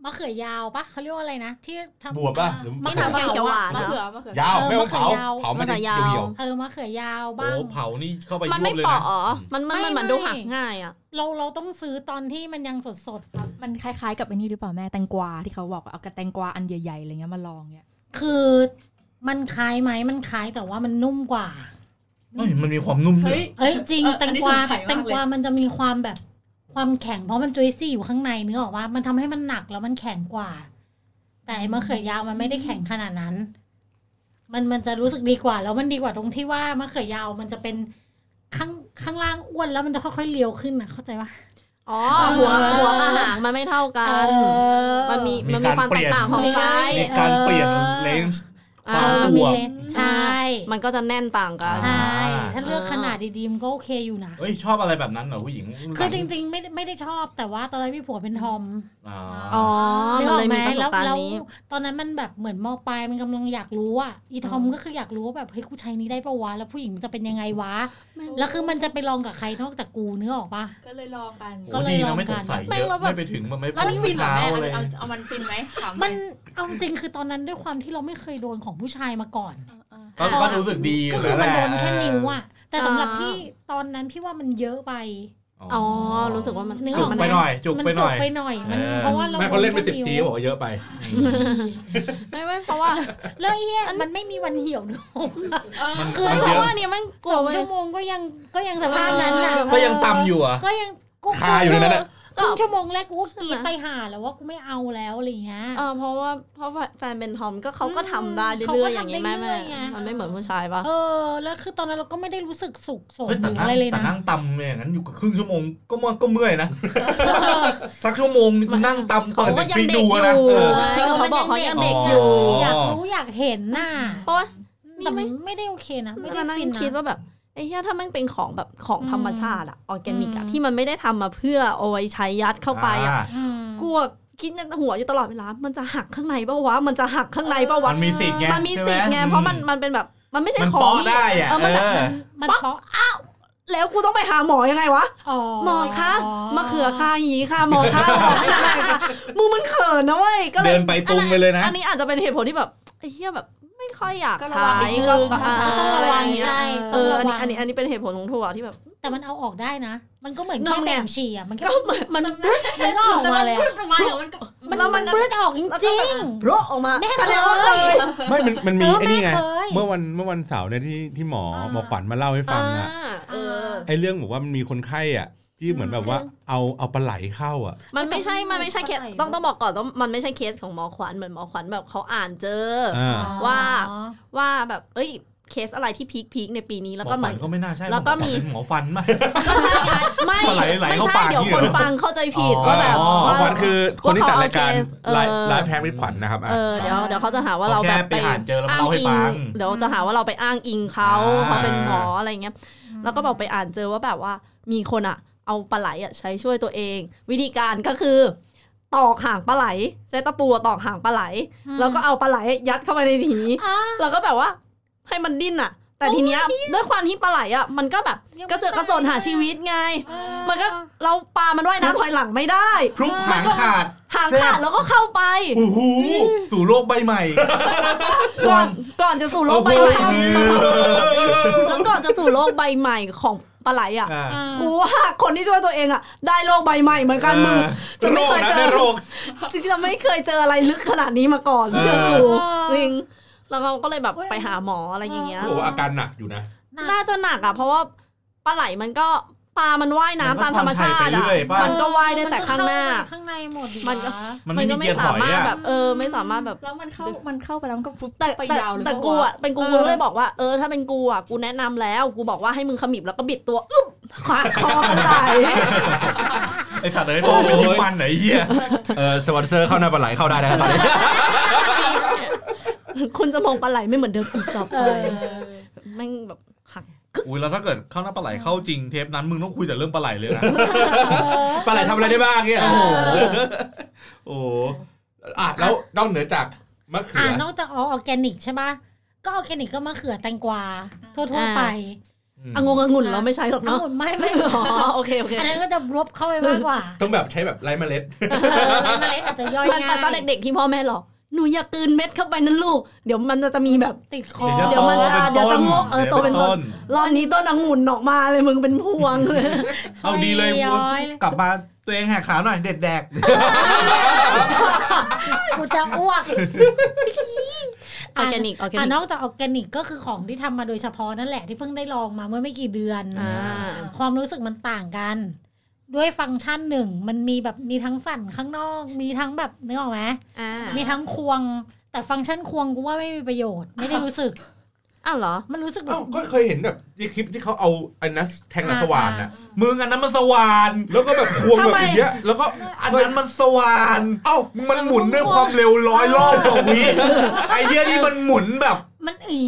มะเขือยาวปะเขาเรียกว่าอะไรนะที่ทำ บวบปะหรือ มะเขือยาวอะ มะเขือมะเขือย าว เออ ไม่ต้องเผา มันจะยาว เผามันจะ มันจะ เหี ยาว ่ยว เออมะเขือยาวบ้า โอ้ ง เผานี่เข้าไป มัน ยุ่ ไม่ งเลย เปาะ นะ เหรอมันมันมัไม่นเหมือน ไม่ ดูหักง่ายอ่ะ เราเราต้องซื้อตอนที่มันยังสดสด มันคล้าย ๆ กับไอ้นี่หรือเปล่าแม่แตงกวาที่เขาบอกว่าเอากระแตงกวาอันใหญ่ๆอะไรเงี้ยมาลองเนี่ย ๆคือมันคล้ายไหมมันคล้ายแต่ว่ามันนุ่มกว่า เฮ้ยมันมีความนุ่มด้ว เฮ้ ย ย เอ้ยจริง เออ แต อัน ง นี้ กวา สงสัยมากเลย แตงกวามันจะมีความแบบความแข็งเพราะมันจุยซี่อยู่ข้างในเนื้อออกว่ามันทำให้มันหนักแล้วมันแข็งกว่า แต่ไอ้มะเขือยาวมันไม่ได้แข็งขนาดนั้น มันมันจะรู้สึกดีกว่า แล้วมันดีกว่าตรงที่ว่ามะเขือยาวมันจะเป็นข้างข้างล่างอ้วนแล้วมันจะค่อยๆเลียวขึ้นนะเข้าใจปะ อ๋อหัวหัวกับหางมันไม่เท่ากัน อ มันมี มี มันมี การ ความ เป แต ลี่ย ก น ต่างของไซส์ มีการเปลี่ยนเลนส์ อ่า เออ อ้ มี วน เลนใช่ มันก็จะแน่นต่างกัน ใช่ ถ้าเลือกขนาดดีๆมันก็โอเคอยู่นะ เฮ้ยชอบอะไรแบบนั้นเหรอผู้หญิง คือจริง ๆ ไม่ได้ไม่ได้ชอบ แต่ว่าตอนแรกพี่ผัวเป็นทอม อ๋อ อ๋อ นึ มันกออ เล ก ย ไหม มีประส แล้ บ ว การ แล้ว ณ์นี้ ตอนนั้นมันแบบเหมือนมปลายมันกำลังอยากรู้อะอีทอม อืม ก็คืออยากรู้ว่าแบบเฮ้ยกูใช้นี้ได้ปะวะแล้วผู้หญิงมันจะเป็นยังไงวะ แล้วคือมันจะไปลองกับใครนอกจากกูนึกออกปะ ก็เลยลองกัน ก็ โอ้ เลย ดี ลอ นะ ง ไม่สงสัย กัน เยอะไม่ไปถึงมันไม่ แล้วมันฟินเหรอ เท้า แม่เอา เลย เอาเอามันฟินไหมถามห มัน น เอาจริงคือตอนนั้นด้วยความที่เราไม่เคยโดนของผู้ชายมาก่อน ก็ก็รู้สึกดี ก็คือมันโดนแค่นิ้ว อ่ะ อะแต่สำหรับพี่ตอนนั้นพี่ว่ามันเยอะไป อ๋อ รู้สึกว่ามัน นึก จุ อกหม ไปหน่อย จุก มั ไปห จ น่ บ อย ไปหน่อยมัน เออ เพราะว่าเรา ไม่คนเล่นไป โด สิบที แค่ว บอกว่าเยอะไป ไม่ไม่เพราะว่า แล้วไอ้เหี้ยมันไม่มีวันเหี่ยวเนอะ มัน คือ มัน เพ เย ราะ อะ ว่าเนี่ยมันกลัสว อง เว้ย ชั่วโมงก็ยังก็ยังสภาพนั้นอะ เออ ก็ยังต่ำอยู่อ่ะ ก็ยัง คาอยู่ในนั้นอะ ก ครึ่งชั่วโมงแรกกูก็กรีใช่ดไหม ไปหาแล้วว่ากูไม่เอาแล้วอะไรอย่างเงี้ย เออเพราะว่าเพราะว่าแฟนเป็นทอมก็เขาก็ทำได้เรื่ เขาก็ อยๆ ทำ อย่างนี้แม่ เรื่ แม่ อยๆไง มันไม่เหมือนผู้ชายปะ เออ แล้วคือตอนนั้นเราก็ไม่ได้รู้สึกสุขโสม เฮ้ย ห แต่นั่งรืออะไรเลย แต่ นะ นั่งตำเนี่ยอย่างนั้นอยู่กับครึ่งชั่วโมงก็มันก็เมื่อยนะ สักชั่วโมงนึงกูนั่งตำ เขา เปิด ก็ เน็ต ยัง ฟรี เด็ก ดู อยู่อะนะเออ ไงก็เขาบอกเขายังเด็กอยู่ อยากรู้อยากเห็นน่ะ เพราะว่า แต่ ไม่ ไม่ได้โอเคนะ ไม่ ไม่ ได้ มานั่ง ฟินนะ คิดว่าแบบไอ้เหี้ยถ้ามันเป็นของแบบของธรรมชาติอะออร์แกนิกอะ อืม ที่มันไม่ได้ทำมาเพื่อเอาไว้ใช้ยัดเข้าไปอะ อืม กลัวคิดในหัวอยู่ตลอดเวลา มันจะหักข้างในเปล่าวะ มันจะหักข้างในเปล่าวะ มันมีสิทธิ์ไง มันมี ใช่ไห สิทธิ์ไงเพราะมันมันเป็นแบบมันไม่ใช่ มัน ของ เปาะ ที่ ได้อะ เออมันแบบ เออ มันเพราะ แล้วกูต้องไปหาหมอยังไงวะ อ๋อ หมอคะมะเขือค่ะอย่างงี้ค่ะหมอค่ะ หมอค่ะมึงมันเขินนะเว้ยก็เลย เดินไปตุงไปเลยนะ อันนี้อาจจะเป็นเหตุผลที่แบบไอ้เหี้ยแบบไม่ค่อยอยาก ก็ระ ใช้ วังนิดนึง ก็ ก็ต้อง อะ ระ ไรอวัง ย่างเงี้ย ใช่ เออ อันนี้ อันนี้ ต้ อันนี้เป็นเหตุผลของถั่วที่แบบ งระวังแต่มันเอาออกได้นะ มันก็เหมือน นั่ แค่ นไง แบ่งฉี่อ่ะ มันก็ ก็เหมือน มันมันก็ออกมาเลยอะ แต่มันพูดออกมาเดี๋ยวมันก็ มัน แล้วมัน นมัปื้ดออกจริง โรคออกมา ๆแม่ แสดเคงว่า ย ไม่มันมันมี เออ ไอ้นี่ไง แม่เคย เมื่อวันเมื่อวันเสาร์เนี่ยที่ที่หมอ อ่า หมอขวัญมาเล่าให้ฟังอะ เออ ไอ้เรื่องบอกว่ามันมีคนไข้อ่ะ ที่เหมือนแบบว่าเอาเอาปลาไหลเข้าอ่ะ มันไม่ใช่ มันไม่ใช่เคส ต้องต้องบอกก่อนต้องมันไม่ใช่เคสของหมอขวัญ เหมือนหมอขวัญแบบเขาอ่านเจอ อ่า ว่า ว่าแบบ เอ้ย เคสอะไรที่พีคพีคในปีนี้แล้วก็ ห เห มอ มือนฟัน ก็ไม่น่าใช่ แล้วก็มี หมอฟันมา ก็ใช่ไงไม่ ไหลไหล ไม่ เข้า ใช่ ปาก เดี๋ยว นี่ ค เหรอน ฟังเข้าใจผิด อ๋อ ว่าแบบ หมอ ว่า ขวัญคือคนที่จัดรายการ ว่าเขาไลฟ์ไลเอาเคสเออฟ์แพ็กวิทย์ขวัญนะครับอ่ะ เออเดี๋ยวเดี๋ยวเขาจะหาว่าเรา เขาแค่ แบบ ไปอ่านเจอแล้วมาเล่าให้ฟัง เดี๋ยวจะหาว่าเราไปอ้างอิงเขา อ่า เขาเป็นหมออะไรเงี้ยแล้วก็บอกไปอ่านเจอว่าแบบว่ามีคนอ่ะ เอาปลาไหลอ่ะใช้ช่วยตัวเอง วิธีการก็คือ ตอกหางปลาไหล ใช้ตะปูตอกหางปลาไหล แล้วก็เอาปลาไหลยัดเข้าไปในหี อ่า แล้วก็แบบว่าให้มันดิ้นอ่ะ แต่ทีเนี้ยด้วยความที่ปลาไหลอ่ะมันก็แบบกระเสือกกระสนหาชีวิตไง มันก็เราปลามันว่ายน้ำถอยหลังไม่ได้ พลุกหางขาด หางขาดแล้วก็เข้าไป โอ้โหสู่โลกใบใหม่ ก่อนก่อนจะสู่โลกใบใหม่แล้วก่อนจะสู่โลกใบใหม่ของปลาไหลอ่ะ อ่า กูว่าคนที่ช่วยตัวเองอ่ะ ได้โลกใบใหม่เหมือนกันมึงจะ โร ไม่ ค เคนะยเจ ได้ อ โรค จริงๆจะไม่เคยเจออะไรลึกขนาดนี้มาก่อนเชื่อกู เออ จริงแล้วเขาก็เลยแบบไปหาหมออะไรอย่างเงี้ย เขาบอกว่าอาการหนักอยู่นะ น่าจะหนักอ่ะ เพราะว่าปลาไหลมันก็ปลามันว่ายน้ำตามธรรมชาติ มันก็ทำชัยไปเรื่ อ่ะ อยป่ะ มันก็ว่ายได้แต่ข้างหน้า ข้างในหมด มันก็ มันไม่มี ก็ไม่ เกียร์ถ สา อย มารถ อ่ะ แบบเออไม่สามารถแบบ แล้วมันเข้ามันเข้าไปแล้วมันก็ฟุบ แต่ ไป แต่ ยาวเลย แต่ ป กูอ่ะเป็นกูกูเลย อก บอกว่าเออถ้าเป็นกูอ่ะกูแนะนำแล้ว กูบอกว่าให้มึงขมิบแล้วก็บิดตัวอึ๊บขวาคอมันไหล ไอสัตว์เลยบอกเป็นที่มันไหนเหี้ย เออสปอนเซอร์เข้าหน้าปลาไหลเข้าได้นะครับตอนนี้ คุณจะมองปลาไหลไม่เหมือนเดิมอีกต่อไป เออ แม่งแบบหัก อุ้ยแล้วถ้าเกิดเข้าหน้าปลาไหลเข้าจริงเทปนั้นมึงต้องคุยแต่เรื่องปลาไหลเลยนะ ปลาไหลทำอะไรได้บ้างเนี่ย โอ้โหโอ้โหอ่ะแล้วนอกเหนือจากมะเขืออ่ะนอกจากออร์แกนิกใช่ป่ะก็ออร์แกนิกก็มะเขือแตงกวาทั่วๆไป อ่ะงงองุ่นเราไม่ใช่หรอก ทั้ง เนาะ หมดไม่ไม่ อ๋อโอเคโอเค อันนั้นก็จะรวบเข้าไปมากกว่า ต้องแบบใช้แบบไร้เมล็ด เออเมล็ดอาจจะย่อย มัน ง่า มัน ย ตอนเด็กๆที่พ่อแม่หรอกหนูอย่ากลืนเม็ดเข้าไปนะลูก เดี๋ยวมันจะมีแบบ ติดคอ เดี๋ยวมันจะเดี๋ยวจะงอกเออโตเป็นต้น รอบนี้ต้นองุ่นออกมาเลยมึงเป็นพวงเลย เอาดีเลยกู ย้อยเลย กลับมาตัวเองแหกขาหน่อยเด็ดแดก กูจะอ้วก ออร์แกนิกออร์แก อ่ะ นิ น ก อกจากออร์แกนิกก็คือของที่ทำมาโดยเฉพาะนั่นแหละที่เพิ่งได้ลองมาเมื่อไม่กี่เดือน อ่า ความรู้สึกมันต่างกัน ด้วยฟังก์ชันหนึ่งมันมีแบบมีทั้งสั่นข้างนอก มีทั้งแบบนึกออกไหม อ่า มีทั้งควง แต่ฟังก์ชันควงกูว่าไม่มีประโยชน์ ไม่ได้รู้สึก อ้าวเหรอ มันรู้สึกแบ เอ้า บ ก็เคยเห็นแบบในคลิปที่เขาเอาอันนั้นแทงกับสว่านอะ มึงอันนั้นมันสว่าน แล้วก็แบบควงแบบอย่างเงี้ยแล้วก็ อันนั้นมันสว่าน เอ้า มึงมันหมุนด้วยความเร็วร้อยรอบต่อวิไอ้เหี้ยนี่มันหมุนแบบ มันอี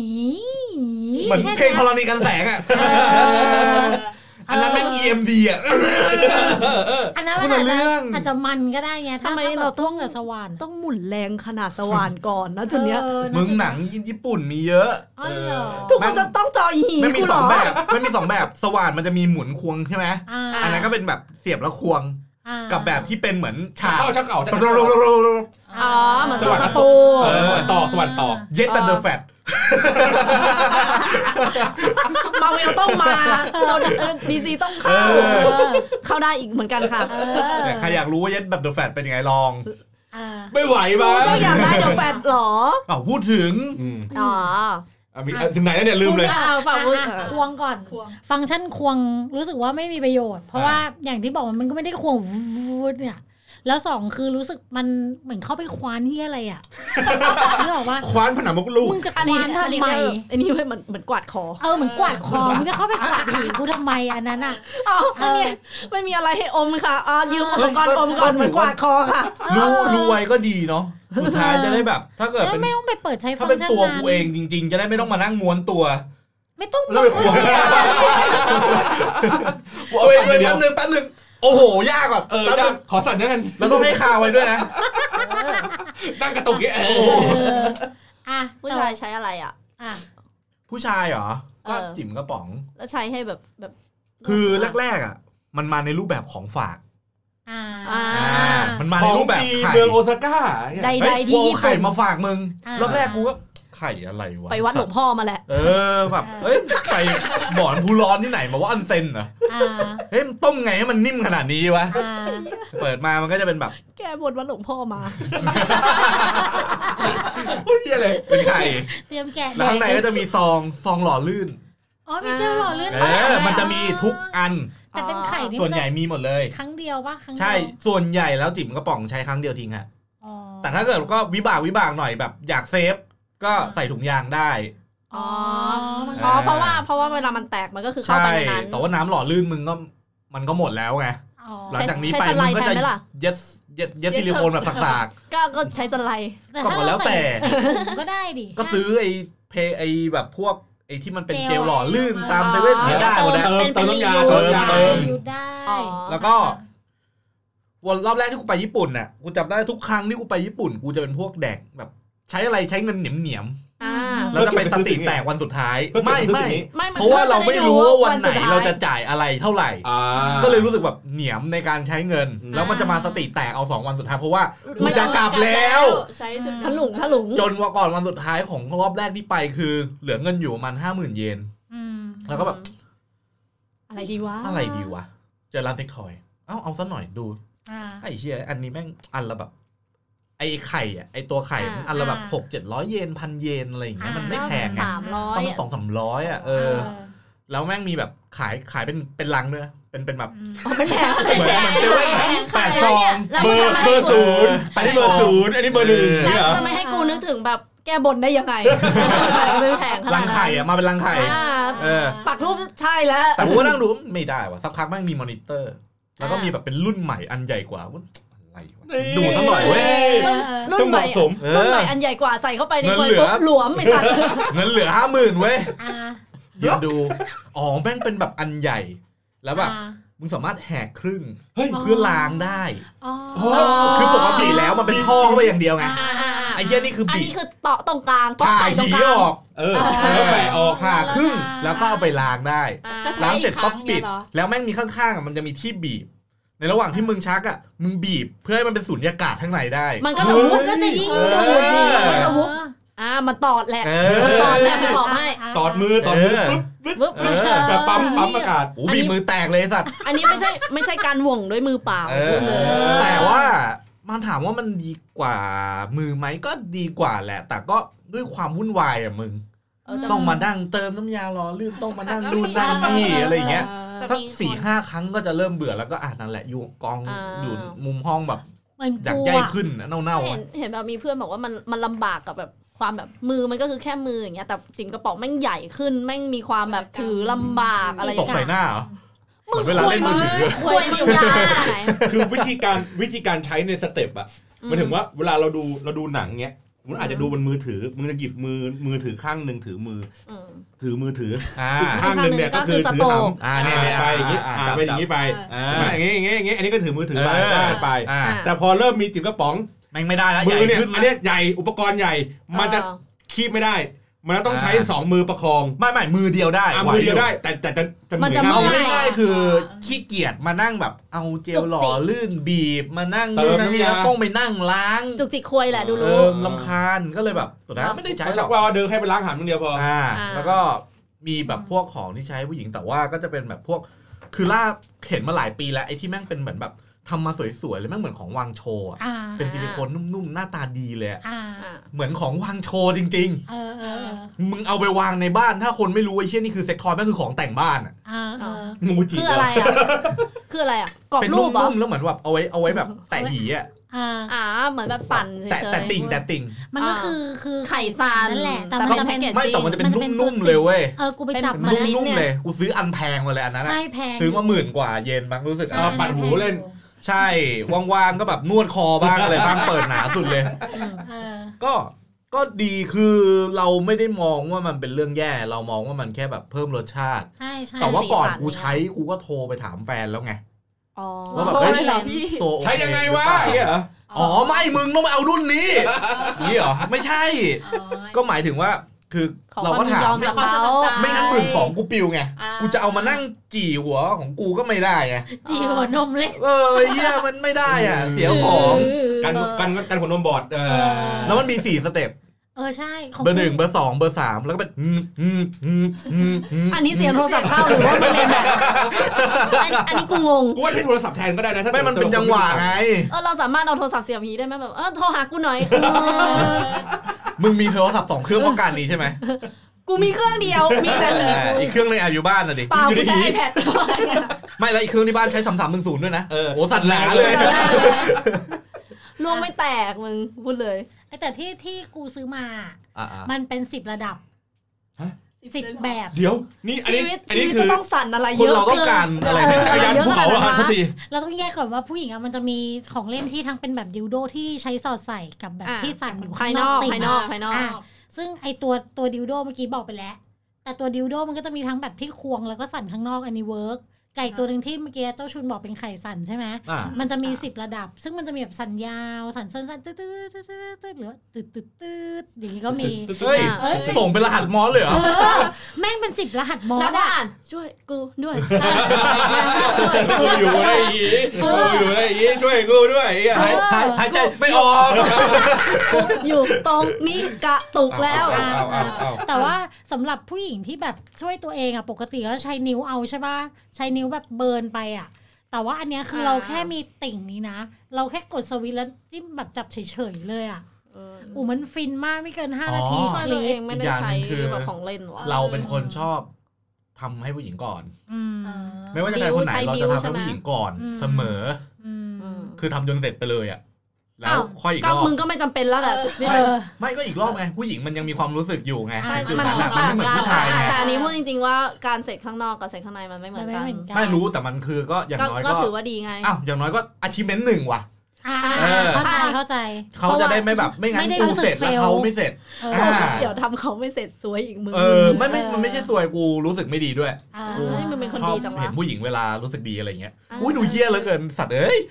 เหมือน แค่ เพลงธร นั้น ณีกันแสงอ่ะ เ อันนั้นแม่ง EMD อ่ะ อันนั้น คน มัน ละ อาจ เรื่ จะ อง อาจจะมันก็ได้ไงถ้า ทำไม ถ้แบบ เราต้อง ท่วงกับสว่าน ต้องหมุนแรงขนาดสว่านก่อนนะจุดเนี้ย เออ มึงหนังญี่ปุ่นมีเยอะ อ๋อเหรอ ทุกคนจะต้องจออีหี ไม่มี กู ส เหร อง อ แบบไม่มีสองแบบสว่านมันจะมีหมุนควงใช่ไหม อ่า อันนั้นก็เป็นแบบเสียบแล้วควง อ่า กับแบบที่เป็นเหมือนฉาก เข้าชักเก่าชัก อ๋อเหมือน ส ตัว ว่าน ตะปู เออต่อสว่านต่อ เย็ดแต่เดอะแฟต มาเวลต้องมาจนดีซีต้องเข้า เข้าได้อีกเหมือนกันค่ะ เนี่ยใครอยากรู้ว่าเย็ดแบบเดอะแฟตเป็นยังไงลอง อ่า ไม่ไหวบ้า ก็อยากได้เดอะแฟตหรอ อ่าพูดถึง อืม อ๋อ อ่ะมีอ่ะถึงไหนแล้วเนี่ยลืมเลย คุณ เอาฝากพูด อ่ะอ่ะควงก่อน ควง ฟังก์ชันควงรู้สึกว่าไม่มีประโยชน์ เพราะ อ่า ว่าอย่างที่บอกมันก็ไม่ได้ควงวูดเนี่ย แล้วสองคือรู้สึกมันเหมือนเข้าไปคว้านที่อะไรอ่ะ นึกออกว่า คว้านผนังมกลูก มึงจะค อันนี้ ว้าน อันนี้ ทำไม เอออันนี้เว้ยเหมือนเหมือนกวาดคอ เออเหมือนกวาดคอมึงจะเข้าไปกวาดหีกูทำไมอันนั้นอ่ะ เอ้าไม่มีไม่มีอะไรให้อมค่ะอ่ายืมอุปกรณ์อมก่อนเหมือนกวาดคอค่ะ รู้รู้ไว้ก็ดีเนาะสุดท้ายจะได้แบบ ถ้าเกิด แล้ว เป็น ไม่ต้องไปเปิดใช้ฟั ถ้าง เป็น ก์ชัน ตัวกูเอง นั้น จริง ๆ จะได้ไม่ต้องมานั่งม้วนตัว ไม่ต้อง แล้วไปควง เอ ตัวเองด้วยแป๊บนึงแป๊บนึงโอ้โห ยากก่อน เออ แป๊บ ได้ นึง ขอสั่นด้วยกัน แล้วต้องให้คาไว้ด้วยนะ นั่งกระตุกอย่างเงี้ยเออ ออ่ะ ผู้ชายใช้อะไรอ่ะ อ่ะ ผู้ชายเหรอ ก็ เออ จิ๋มกระป๋อง แล้วใช้ให้แบบแบบ คือแรกๆอ่ะ มันมาในรูปแบบของฝาก อ่า อ่า มันมาในรูปแบขบองดี ไข่ เมืองโอซาก้าเนี่ย ได้ เฮ้ย ที่ กูเอา ญี่ปุ่น ไข่มาฝากมึง อ่าร ร อบแรกกูก็ไข่อะไรวะ ไปวัดหลวงพ่อมาแหละ เออแบบเอ้ยไปบ่อนภูร้อนที่ไหนมาว่าอันเซนเหรอ อ่า เฮ้ยมันต้มไงให้มันนิ่มขนาดนี้วะ อ่า เปิดมามันก็จะเป็นแบบ แกบนวัดหลวงพ่อมา เหี้ยอะไรเป็นไข่ เตรียมแกะ แล้วข้างในก็จะมีซองซองหล่อลื่น อ๋อมีเจลหล่อลื่น เอ ปะ อ มันจะมีทุกอัน แต่เป็นไข่นี่ ส่วนใหญ่มีหมดเลย ครั้งเดียวปะครั้งเดียว ใช่ ส่วนใหญ่แล้วจิ๋มกระป๋องใช้ครั้งเดียวทิ้งฮะ อ๋อ แต่ถ้าเกิดก็วิบากวิบากหน่อยแบบอยากเซฟ ก็ใส่ถุงยางได้ อ๋อ เ อ๋อ เพราะว่าเพราะว่าเวลามันแตกมันก็คือเข้า ใช่ ไปในนั้น แต่ว่าน้ำหล่อลื่นมึงก็มันก็หมดแล้วไง อ๋อ หลังจากนี้ ใช้ ไป สไลด์มึงก็จะ แทนไหมล่ะ เย็ดเย็ดเย็ดซิลิโคนแบบตาก ก็ก็ใช้สไลด์ ก็หมดแล้วแต่ ใส่ถุงก็ได้ดิ ๆก็ซื้อไอ้เพไอ้แบบพวกไอ้ที่มันเป็น เจล เจลหล่อลื่นตามเซเว่นเนี่ยได้หมดแล้ว เติมเติมน้ำยา เติ เติ ม ม น้ำยา เติม อยู่ได้ อ๋อ แล้วก็ วันรอบแรกที่กูไปญี่ปุ่นน่ะกูจำได้ทุกครั้งที่กูไปญี่ปุ่น กูจะเป็นพวกแดกแบบ ใช้อะไรใช้เงินเหนียมเหนียม อ่า ๆแล้วจะไปสติแตกวันสุดท้าย ไม่ไม่ ไม่มัน เพราะว่าเราไม่รู้ว่าวันไหน สุดท้ย เราจะจ่ายอะไรเท่าไหร่ อ่า ก็เลยรู้สึกแบบเหนียมในการใช้เงิน อืม แล้วมันจะมาสติแตกเอาสองวันสุดท้ายเพราะว่ากู ไม่ จะกลับแล้ว ใช้จน ถลุงถลุง จนว่าก่อนวันสุดท้ายของรอบแรกที่ไปคือ เหลือเงินอยู่ประมาณห้าหมื่นเยน อืม แล้วก็แบบ อะไรดีวะ อะไรดีวะเจอร้านเซ็กทอย เอ้าเอาซะหน่อยดู อ่า ไอ้เฮียอันนี้แม่งอันละแบบ ไอ้ไข่อะไอ้ตัวไข่มันอันละแบบ อ่า หกเจ็ดร้อยเยนพันเยนอะไรอย่างเงี้ยมันไม่ ก็ แพงไง สามร้อ ป ย ระมาณสองสามร้อยอ่ะเออ แล้วแม่งมีแบบขายขายเป็นเป็นลังด้วยนะเป็นเป็นแบบ ไม่แพง เหมือนเหมือนเซเว่นแปดซอง เบอร์เบอร์ศูนย์อันนี้เบอร์ศูนย์อันนี้เบอร์หนึ่ง แล้ เนี่ยวเหรอ จะไม่ให้กูนึกถึงแบบแกบนได้ ยังไงไม่แพงขนา ลั ด ง นั้ ไข่ น อะมาเป็นลังไข่ อ่า เออ ปักรูปใช่แล้ว แต่ผมก็นั่งดูไม่ได้ว่ะสักพักแม่งมีมอนิเตอร์ แล้วก็ อ่ามี มีแบบเป็นรุ่นใหม่อันใหญ่กว่าว่าอะไรวะดูสักหน่อยเว้ย รุ่ ต้องเหนใหม่ มาะสม เอ รุ่น อ ใหม่อันใหญ่กว่าใส่เข้าไปใน เงิน มือ เหลือ ปุ๊บหลวมไม่ตัด เงินเหลือห้าหมื่นเว้ย อ่า ยืนดูอ๋อแม่งเป็นแบบอันใหญ่ แล้วแบบ อ่า มึงสามารถแหกครึ่ง เฮ้ย เพื่อล้างได้ อ๋อ โอ้ คือปกติแล้วมันเป็นท่อเข้าไปอย่างเดียวไง อ่าอ่าอ่า ไอ้เหี้ยนี่คือ อัน บี นี้ บ คือเตาะตรงกลางเตาะ ผ่า ไข่ตรง หี กลาง ออก เออ เออ แล้วแปะออก ผ่าครึ่งแล้วก็เอาไปล้างได้ ก็ใช้ ล้าง อี เสร็จ กค ปั๊ รั้ บ ง ปิ เนี่ย ด เหรอ แล้วแม่งมีข้างๆอ่ะมันจะมีที่บีบ ในระหว่างที่มึงชักอ่ะมึงบีบเพื่อให้มันเป็นสูญญากาศข้างในได้ มันก็จะ มั วุ้บนก็จะยิ่ง เออ ดูดดี มันก็จะวุ้บอ่ามันตอดแหละ เอ มัน อ ตอดแหละมันตอดให้ ตอดมือตอดมือปึ๊บปึ๊บ วุ้บ เออ แบบปั๊มปั๊มอากาศ โอ้บีบมือแตกเลยไอ้สัตว์ อันนี้ไม่ใช่ไม่ใช่การหว่งด้วยมือเปล่า เอ พู อ ดเลย แต่ว่ามันถามว่ามันดีกว่ามือไหมก็ดีกว่าแหละ แต่ก็ด้วยความวุ่นวายอ่ะมึง เออแต่ ต้องมานั่งเติมน้ำยาล้อลื่นต้องมานั่งดูนนั่งนี่อะไรอย่างเงี้ยสักสี่ห้าครั้งก็จะเริ่มเบื่อแล้วก็อ่ะนั่นแหละอยู่กองอยู่มุมห้องแบบ เหมือน อยากูกใหญ่ขึ้นนะเน่าๆ เห็ อ่ะ นเห็นแบบมีเพื่อนบอกว่ามันมันลำบากกับแบบความแบบมือมันก็คือแค่มืออย่างเงี้ยแต่จิ๋มกระป๋องแม่งใหญ่ขึ้นแม่งมีความแบบถือลำบากอะไรอ ต ย่าก ง ใส่ เงี้ย หน้าเหรอ เหมือนเวลาเล่นมือถือ ควยมันยากไหน คือวิธีการวิธีการใช้ในสเต็ปอะมันถึงว่าเวลาเราดูเราดูหนังเงี้ยมันอาจจะดูบนมือถือมึงจะหยิบมือมือถือข้างหนึ่งถือมือ อืม ถือมือถือ อ่า อีกข้างหนึ่งเนี่ยก็คือถือหำ อ่าเนี่ยเนี่ย ไปอย่างงี้ อ่า อ่าไปอย่างงี้ไป อ่า ใช่ไหมอย่างงี้อย่างงี้อย่างงี้อันนี้ก็ถือมือถือไป เออ ได้ไป อ่า อ่า แต่พอเริ่มมีจิ๋มกระป๋อง แม่งไม่ได้แล้ว มือเนี่ย ใหญ่ขึ้ อัน แล้ เนี้ วย ใหญ่อุปกรณ์ใหญ่มันจะ เออ คีบไม่ได้ มันจะต้องใช้สองมือประคอง ไม่ไม่มือเดียวได้ อ่ะ ไห มือเดียวได้ แต่แต่จะจะ มันจะ เห เอา อย ไม่ นะ ง่ายๆคือขี้เกียจมานั่งแบบเอาเจลหล่อลื่นบีบมานั่ง เติมน้ำยา เนี่ยต้องไปนั่งล้าง จุกจิกควยแหละดู เอ รู้ อลำคาญก็เลยแบบสุดท้ายไม่ได้ใช้หร ชั อก ก ว่าเดินให้ไปล้างหามอย่างเดียวพออ อ่า อ่า แล้วก็มีแบบพวกของที่ใช้ผู้หญิงแต่ว่าก็จะเป็นแบบพวก คือล่าเห็นมาหลายปีแล้วไอ้ที่แม่งเป็นเหมือนแบบ ทำมาสวยๆเลยแม่งเหมือนของวางโชว์อะ อ่า เป็นซิลิโคนนุ่มๆ หน้าตาดีเลยอะ อ่า อ่ะ เหมือนของวางโชว์จริง เออเออ ๆ มึงเอาไปวางในบ้านถ้าคนไม่รู้ไอ้เชี่ยนี่คือเซ็กทอยแม่งคือของแต่งบ้านอะ เออเออ มูจิ คืออะไรอ่ะ คืออะไรอ่ะกรอบ เป็น รูปเหรอ นุ่มๆแล้วเหมือนแบบเอาไว้เอาไว้แบบแตะหีอะ อ่า อ่า เหมือนแบบสั่นเฉ แต่ ยๆ แต่ติ่งแต่ติ่ง มันก็คือคือ ไข่ซาน นั่นแหละแต่ แต่ มัน เป็น จะแพ็กเกเป็นจ ไม่แต่มันจะเป็น มันจะเป็น นุ่ม ตัว ๆเลยเว้ย เออกูไปจับ เป็น มา ลูก แล้ว นุ่ม เนี่ย ๆเลยกูซื้ออันแพงมาเลยอันนั้นอะ ใช่แพง ซื้อมาหมื่นกว่าเยนมั้งรู้สึก ใช่ เอามาปัดหูเล่น ใช่ ว่างๆ ก็แบบนวดคอบ้างอะไรบ้างเปิดหนาสุดเลย เออ ก็ก็ดีคือเราไม่ได้มองว่ามันเป็นเรื่องแย่ เรามองว่ามันแค่แบบเพิ่มรสชาติ ใช่ใช่ แต่ว่าก่อน สีสัน กูใช้กูก็โทรไปถามแฟนแล้ วไง อ๋อ ว่าแบบ โทร เฮ้ย เลยเหรอพี่ ตัวโอเค ใช้ยังไงวะ หรือ เนี่ เปล่าย เหรอ อ๋อไม่มึงต้องไปเอารุ่นนี้นี่เหรอไม่ใช่ ก็หมายถึงว่าคือ ขอ เรา ควา ก็ มยิน ถาย อ ม มจากเขา ไม่งั้นหมื่นสองกูปิวไง อ่ากู กูจะเอามานั่งจี่หัวของกูก็ไม่ได้ไง จีหัวนมเล็ก เออเยี่ยมันไม่ได้อ่ะเสียของ กันกันกันหัวนมบอดเออ แล้วมันมีสี่สเต็ป เออใช่ข เบอร์หนึ่งเบอร์สองเบอร์สามแล้วก็เป็นอืมอืมอืมอืมม อันนี้เสียงโทรศัพท์เข้าหรือว่ามันเรียนแบบอันอันนี้กูงง กูว่าใช้โทรศัพท์แทนก็ได้นะถ้า ไม่มันเป็นจังหวะไง เออเราสามารถเอาโทรศัพท์เสียบผีได้ไหมแบบเออโทรหากูหน่อยเอ อ มึงมีโทรศัพท์สองเครื่องป้องกันนี้ใช่ไหม กูมีเครื่องเดียวมีแต่ เอออีกเครื่องในงอ่ะอยู่บ้านน่ะดิ เปล่า อยู่ กู ใน ใช้ หี iPad ไม่แล้วอีกเครื่องที่บ้านใช้สามสามหนึ่งศูนย์ด้วยนะ เออ โอ้สัตว์หนาเลย ล่วงไม่แตกมึงพูดเลย ไอ้แต่ที่ที่กูซื้อมา อ่ะ มันเป็นสิบระดับสิบแบบ เดี๋ยวนี่อัน ชี นี้ วิต อัน ชี นี้ วิต คื จะ อ ต้องสั่นอะไร ๆค เย น อะ เราต้องการอะไร เออ จักรยานภูเขาอ่ะ เยอะขนาดนั้น ทันที เราต้องแยกก่อนว่าผู้หญิงอะมันจะมีของเล่นที่ทั้งเป็นแบบดิวโดที่ใช้สอดใส่กับแบบ อ่ะ ที่สั่นอยู่ ภายนอก ติด ภายนอกภายนอก ะซึ่งไอตัวตัวดิวโดเมื่อกี้บอกไปแล้ว แต่ตัวดิวโดมันก็จะมีทั้งแบบที่ควงแล้วก็สั่นข้างนอกอันนี้เวิร์กไก่ตัวหนึ่งที่เมื่อกี้เจ้าชุนบอกเป็นไข่สั่นใช่ไหม อ่ะ มันจะมีสิบระดับ ซึ่งมันจะมีแบบสัญญาวสัญสั้นๆตืดตืดตืดตืดตืดหรือว่าตืดตืดตืดอย่างนี้ก็ มี เฮ้ย เอ้ย ส่งเป็นรหัสมอสเลยเหรอ เออ แม่งเป็นสิบรหัสมอ แล้ว ส ก็ อะ อ่านช่วยกูด้วย กูอยู่ได้อีกูอยู่ได้อีช่วยกูด้วยไอ้เหี้ย หายหายหายใจไม่ออก กูอยู่ตรงนี้กระตุกแล้ว เอาเอาเอาเอา แต่ว่าสำหรับผู้หญิงที่แบบช่วยตัวเองอะปกติก็ใช้นิ้วเอาใช่ป่ะ ใช้นิ้วแบบเบิร์นไปอะแต่ว่าอันเนี้ยคือเราแค่มีติ่งนี้นะ เราแค่กดสวิตช์แล้วจิ้มแบบจับเฉยๆเลยอะอูมันฟินมากไม่เกินห้านาที อ๋อ ช่วย ค ตัว ลิ เอ ป งไม่ได้ใช้แบบของเล่นวะ เราเป็นคนชอบทำให้ผู้หญิงก่อน อืม ไม่ว่าจะใครคนไหน บิว เรา ใช้บิวใช่จะทำให้ ไหม ผู้หญิงก่อนเสมอ อืม อืม คือทำจนเสร็จไปเลยอ่ะแล้ าว ค่อยอีก ก็ รอบ มึงก็ไม่จำเป็นแล้วแหละ เออ พี่ เอ เชิญ อ ไม่ก็อีกรอบไง ผู้หญิงมันยังมีความรู้สึกอยู่ไง ใช่ จุด มัน นั้น มั อะ นต่ามันไม่ ง เหมือน กัน ผู้ชายไง แต่อันนี้พูดจริง ๆ ว่าการเสกข้างนอกกับเสกข้างในมันไม่เหมือน ไม่ กัน เหมือนกัน ไม่รู้แต่มันคือก็อย่าง ก็ น้อย ก็ ก็ ถือว่าดีไง อ้าวอย่างน้อยก็อาชีพเมนหนึ่งว่ะ อ่า เออ เข้าใจเข้าใจ เขาจะได้ไม่แบบไม่งั้น ไม่ได้ กู รู้สึก เสร็จแล้ว fail เขาไม่เสร็จ เอ อ่า อ เดี๋ยวทำเขาไม่เสร็จสวยอีกมึง เออไม่ไม่มันไม่ใช่สวยกูรู้สึกไม่ดีด้วย อ่า เฮ้ยมึงเป็นคน ชอบ ดีจัง เห็ วะ นผู้หญิงเวลารู้สึกดีอะไรเงี้ย อ่า อุ้ยดูเฮี้ยเหลือเกินสัตว์เอ้ย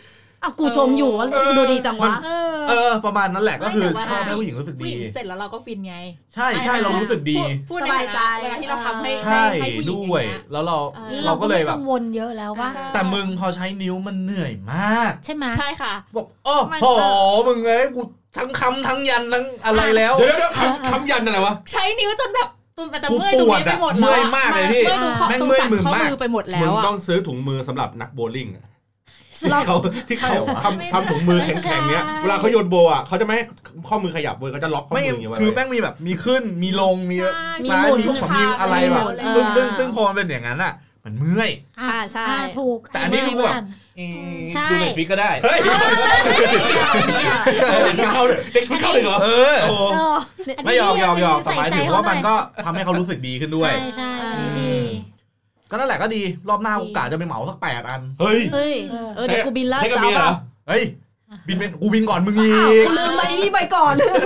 อ้าวกูชมอยู่ว่า เออ ดูดีจังวะ เออ เออ ประมาณนั้นแหละก็คือ ไม่แต่ชอว่าบให้ผู้หญิงรู้สึก ผู้ ดี หญิงเสร็จแล้วเราก็ฟินไง ใช่ใช่เรารู้สึกดี พูดในสฐนะบายใจ เวลาที่เราทำให้ ใช่ ให้ผู้หญิงอาง ด้ว เงี้ ย แล้วเรา เออ เราก็เลยแบบ กังวลเยอะแล้วว่า ใช่ แต่มึงพอใช้นิ้วมันเหนื่อยมาก ใช่ไหม ใช่ค่ะ บอกโอ้ มัน โห เออ มึงเอ้ยกูทั้งคำทั้งยันทั้งอะไรแล้ว เดี๋ยวเดี๋ยวเดี๋ยวคำคำยันอะไรวะ ใช้นิ้วจนแบบตุนมันจะเมื่อย กู ตปรง วดอะนี้ไปหมดแล้ว เมื่อยมากเลยพี่ เมื่อยตรงข้อ แม่ง ตรง เมื่อย สัน มือ ข้อ มาก มือไปหมดแล้ มึ ว ง อ่ะ ต้องซื้อถุงมือสำหรับนักโบว์ลิ่งอะที่ เรา เขาที่เขาทำทำถุงมือแข็งๆเนี้ยเวลาเขาโยนโบว์อ่ะเขาจะไม่ให้ข้อมือขยับเว้ยเขาจะล็อกข้อมื ไม่ ออย่างเงี้ยไว้ คือแม่งมีแบบมีขึ้นมีลงมี มี ซ้าย หมุน มีของนิ้ว ค่ะ อะไรแบบ มีหมุน ซึ่งเออซึ่งซึ่งพอมันเป็นอย่างนั้นอ่ะ มันเมื่อย อ่า ใช่ ถูก แต่อันนี้คือแบบ สั่น ใช่ ดูเน็ตฟลิกก็ได้ เฮ้ยเด็กเข้าเลยเด็กเข้าเลยเหรอ เออ โอ้โห เออ ไม่ยอมยอมยอมแต่ ใส่ หมาย ใจ ถึง เข ว่ามัน หอย ก็ทำให้เขารู้สึกดีขึ้นด้วย ใช่ใช่อันนี้ดี ก็นั่นแหละก็ดีรอบหน้า ดี โอกาสจะไปเหมาสักแปดอัน เฮ้ย เฮ้ยเออเดี๋ยวกูบินแล้ว ใช้กระ จะ เบียเหรเอาป่ะ อ เฮ้ย บินเป็นกูบินก่อนมึงอี อ้าว ก กูลืมไปนี่ไปก่อน อ่ะ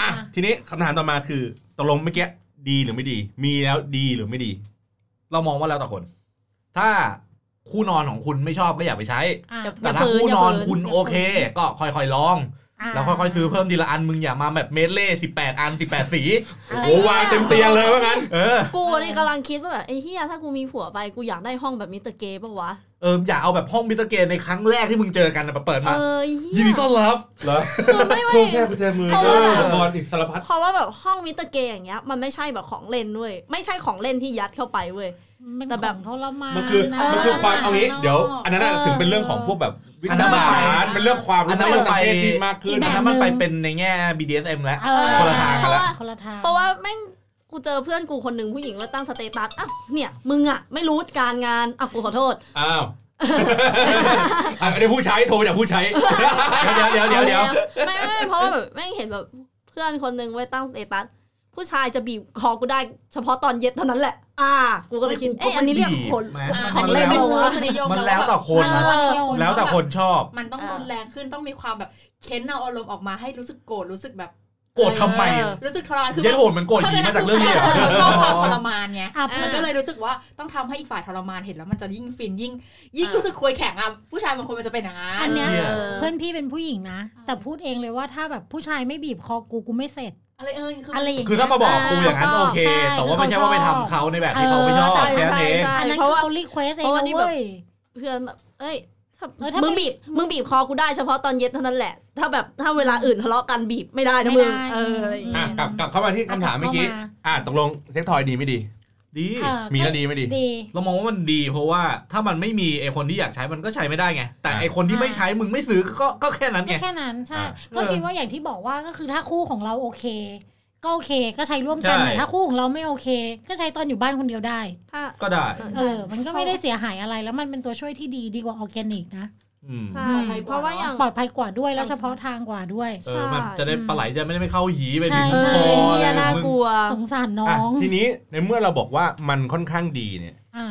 อ่ะ ทีนี้คำถามต่อมาคือตกลงเมื่อกี้ดีหรือไม่ดี มีแล้วดีหรือไม่ดี เรามองว่าแล้วแต่คน ถ้าคู่นอนของคุณไม่ชอบก็อย่าไปใช้ อ่ะ เดี๋ยว แต่ อา ถ้า ฝืน คู่นอน อย่าฝืน คุณโอเค ก็ค่อยๆลอง ะ แล้วค่อยๆซื้อเพิ่มทีละอันมึงอย่ามาแบบเมดเล่สิบแปดอันสิบแปดสี โอ้โหวางเต็มเตียงเลยว่างั้น เออ กูนี่กำลังคิดว่าแบบไอ้เฮียถ้ากูมีผัวไปกูอยากได้ห้องแบบมิสเตอร์เกย์ปะวะ เอออย่าเอาแบบห้องมิสเตอร์เกนในครั้งแรกที่มึงเจอกันนะแบบเปิด เอ มา อ ยินดีต้อนรับ เหรอ คือไม่ไม่ โซ่แค่กุญแจมือ เพราะ เอ ว่า ออุปกรณ์อีกสารพัด เพราะว่าแบบห้องมิสเตอร์เกย์อย่างเงี้ยมันไม่ใช่แบบของเล่นด้วย ไม่ใช่ของเล่นที่ยัดเข้าไปเว้ย มัน แต่แบบ ของเขาละมา มั มัน คือ เออ มันคือความเอางี้ เดี๋ยว อันนั้นน่ะถึงเป็นเรื่องของพวกแบบวิ อันนั้ จาร นมันไป ณ์เป็นเรื่องความ อั รู้ นนั้ สึกนมัน ทาง ไป เพศที่มากขึ้น อันนั้นมันไปเป็นในแง่ BDSM แล้ว เออ คนละทางกันละ เพระคนละทาง เพราะว่าแม่งกูเจอเพื่อนกูคนหนึ่งผู้หญิงมาตั้งสเตตัสอ่ะเนี่ยมึงอ่ะไม่รู้การงานอ่ะกูขอโทษ อ้าว อ่ะเดี๋ยวผู้ใช้โทรมาจากผู้ใช้ เดี๋ยวเดี๋ยวเดี๋ยวเดี๋ยว ไม่ไม่ไม่เพราะว่าแบบแม่งเห็นแบบเพื่อนคนนึงไว้ตั้งสเตตัสผู้ชายจะบีบคอกูได้เฉพาะตอนเย็นเท่านั้นแหละ อ่า กูก็เลยคิด เอ้ เอ๊ะ ยกูก็ไม่ อันนี้เรียก บีบ คน ไหม ข อั อนง นี้ เล่น เป็น ปะ ร วะ สนิยม มันแล้วแต่คนนะ เออ แล้วแต่คนชอบ มันต้องรุนแรงขึ้นต้องมีความแบบเค้นเอาอารมณ์ออกมาให้รู้สึกโกรธรู้สึกแบบ โกรธทำไม เออ รู้สึกทรมานคือ เย็ดโหดมันโกรธ เข้ ผี ใจไห มาจากเรื่องนี้เหรอ เราชอบความทรมานไง อ่ะ เออ มันก็เลยรู้สึกว่าต้องทำให้อีกฝ่ายทรมานเห็นแล้วมันจะยิ่งฟินยิ่ง ยิ่งรู้สึกควยแข็งอ่ะผู้ชายบางคนมันจะเป็นอย่างนั้น อันเนี้ย เหี้ย เพื่อนพี่เป็นผู้หญิงนะ แต่พูดเองเลยว่าถ้าแบบผู้ชายไม่บีบคอกูกูไม่เสร็จ อะไรเอ่ยคือ อะไรอย่าง คือ เงี้ย ถ้ามาบอกกูอย่างนั้น ใช่ โอเค ใช่ แต่ว่าไม่ใช่ว่าไปทำเขาในแบบที่เขาไม่ชอบ เออใช่ แค่นั้นเอง ใช่ อันนั้น เพ คื ราะ อ ว่า เขารีเควสเอง เพราะว่า นะ นี่แบบ เว้ย เพื่อนแบบ เอ้ยถ้า เออถ้ามึ มึงบีบมึงบีบคอกูได้เฉพาะตอนเย็นเท่านั้นแหละ ถ้าแบบถ้าเวลาอื่นทะเลาะกันบีบไม่ได้นะมึง ไม่ได้ เอออะไรอย่างเงี้ย อ่ะกลับกลับเข้ามาที่คำถามเมื่อกี้ กลับเข้ามา อ่ะตกลงเซ็กทอยดีไม่ดี ดี เออ มีแล้วดีไม่ดี ดี เรามองว่ามันดี เพราะว่าถ้ามันไม่มีไอคนที่อยากใช้มันก็ใช้ไม่ได้ไง แต่ อ่า ไอคนที่ไม่ใช้มึงไม่ซื้อก็ก็แค่นั้นไง ก็แค่นั้นใช่ อ่า ก็คิดว่าอย่างที่บอกว่าก็คือถ้าคู่ของเราโอเค ก็โอเคก็ใช้ร่วมกัน ใช่ แต่ถ้าคู่ของเราไม่โอเค ก็ใช้ตอนอยู่บ้านคนเดียวได้ ถ้า ก็ได้ เออ มันก็ไม่ได้เสียหายอะไรแล้วมันเป็นตัวช่วยที่ดีดีกว่าออร์แกนิกนะ อืม ใช่เพราะว่าอย่าง ปลอดภัยกว่าด้วยแล้วเฉพาะทางกว่าด้วย เออมันจะได้ปลาไหลจะไม่ได้ไม่เข้าหีไปถึง เอ ใช่ คอออะไร เหี้ยน่า มึง กลัว สงสารน้อ อ่ะ ง ทีนี้ในเมื่อเราบอกว่ามันค่อนข้างดีเนี่ย อ่า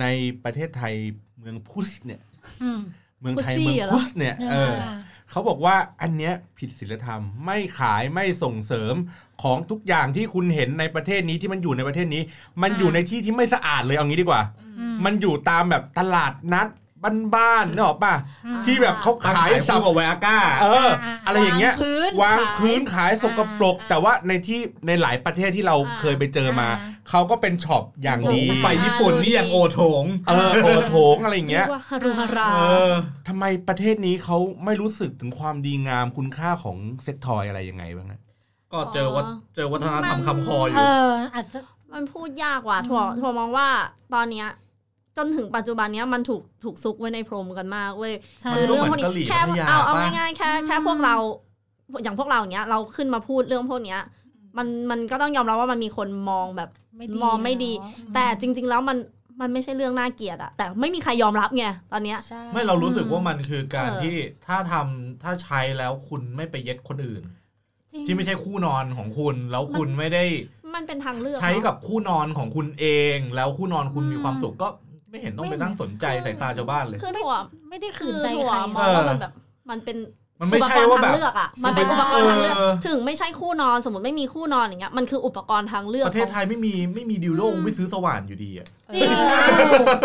ในประเทศไทยเมืองพุทธเนี่ย อืม เมืองไทย พุทธซี่ เมือง เหรอ พุทธเนี่ยเออ า เขาบอกว่าอันเนี้ยผิดศีลธรรมไม่ขายไม่ส่งเสริมของทุกอย่างที่คุณเห็นในประเทศนี้ที่มันอยู่ในประเทศนี้ มันอยู่ในที่ที่ไม่สะอาดเลยเอางี้ดีกว่า อืม มันอยู่ตามแบบตลาดนัดบ้านๆเนกอะป่ะ อืม ที่แบบเขา ขาย ขายสั สับบ กับแวอาก้า เออ อ่า อะไรอย่างเงี้ย วพื้น วาง ขย พื้นขายสกปรก อ่า แต่ว่าในที่ในหลายประเทศที่เราเคยไปเจอมา อ่า เขาก็เป็นช็อปอย่างดี สะ ไป อาด ญี่ปุ่นนี่ยังโอโถง เออโอโถงอะไรอย่างเงี้ย เรียกว่าฮารุฮารา เออ ทำไมประเทศนี้เขาไม่รู้สึกถึงความดีงามคุณค่าของเซ็กทอยอะไรยังไงบ้างอะ ก็เจอวัฒนเจอวัฒนธรรมคำคออ เอยู่ ออาจจะ มันพูดยากว่ะถั่ว อืม ถั่วมองว่าตอนเนี้ยจนถึงปัจจุบันเนี้ยมันถูกถูกซุกไว้ในพรมกันมากเว้ย ใช่ มันก็ เรื่ เหมืนกะหรี่ แค่ พัทยา เอาเอา ปะ ง่ายๆแค่แค่พวกเรา อย่างพวกเราอย่างเงี้ยเราขึ้นมาพูดเรื่องพวกเนี้ย มันมันก็ต้องยอมรับว่ามันมีคนมองแบบ มองไม่ดี แต่จริง ๆ แล้วมันมันไม่ใช่เรื่องน่าเกลียดอะแต่ไม่มีใครยอมรับไงตอนเนี้ย ใช่ ไม่เรารู้สึกว่ามันคือการ เออ ที่ถ้าทำถ้าใช้แล้วคุณไม่ไปเย็ดคนอื่น จริง ที่ไม่ใช่คู่นอนของคุณ แล้วคุณไม่ได้ มันเป็นทางเลือก ใช้ เนอะ กับคู่นอนของคุณเอง แล้วคู่นอนคุณมีความสุขก็ไม่เห็นต้องไปนั่งสนใจสายตาชาวบ้านเลย คือถั่ว ไม่ได้ขื คือน ใจ ถั่ว ใคร มองว่ามันแบบมันเป็น มันไม่ใช่ว่าแบบ อุปกรณ์ทงเลือกอ่ะ มันเป็นอุปกรณ์ทางเลือก เออ ถึงไม่ใช่คู่นอนสมมติไม่มีคู่นอนอย่างเงี้ย มันคืออุปกรณ์ทางเลือก ประเทศไทยไม่มีไม่มีดิวโดกูไม่ซื้อสว่านอยู่ดีอะ เออ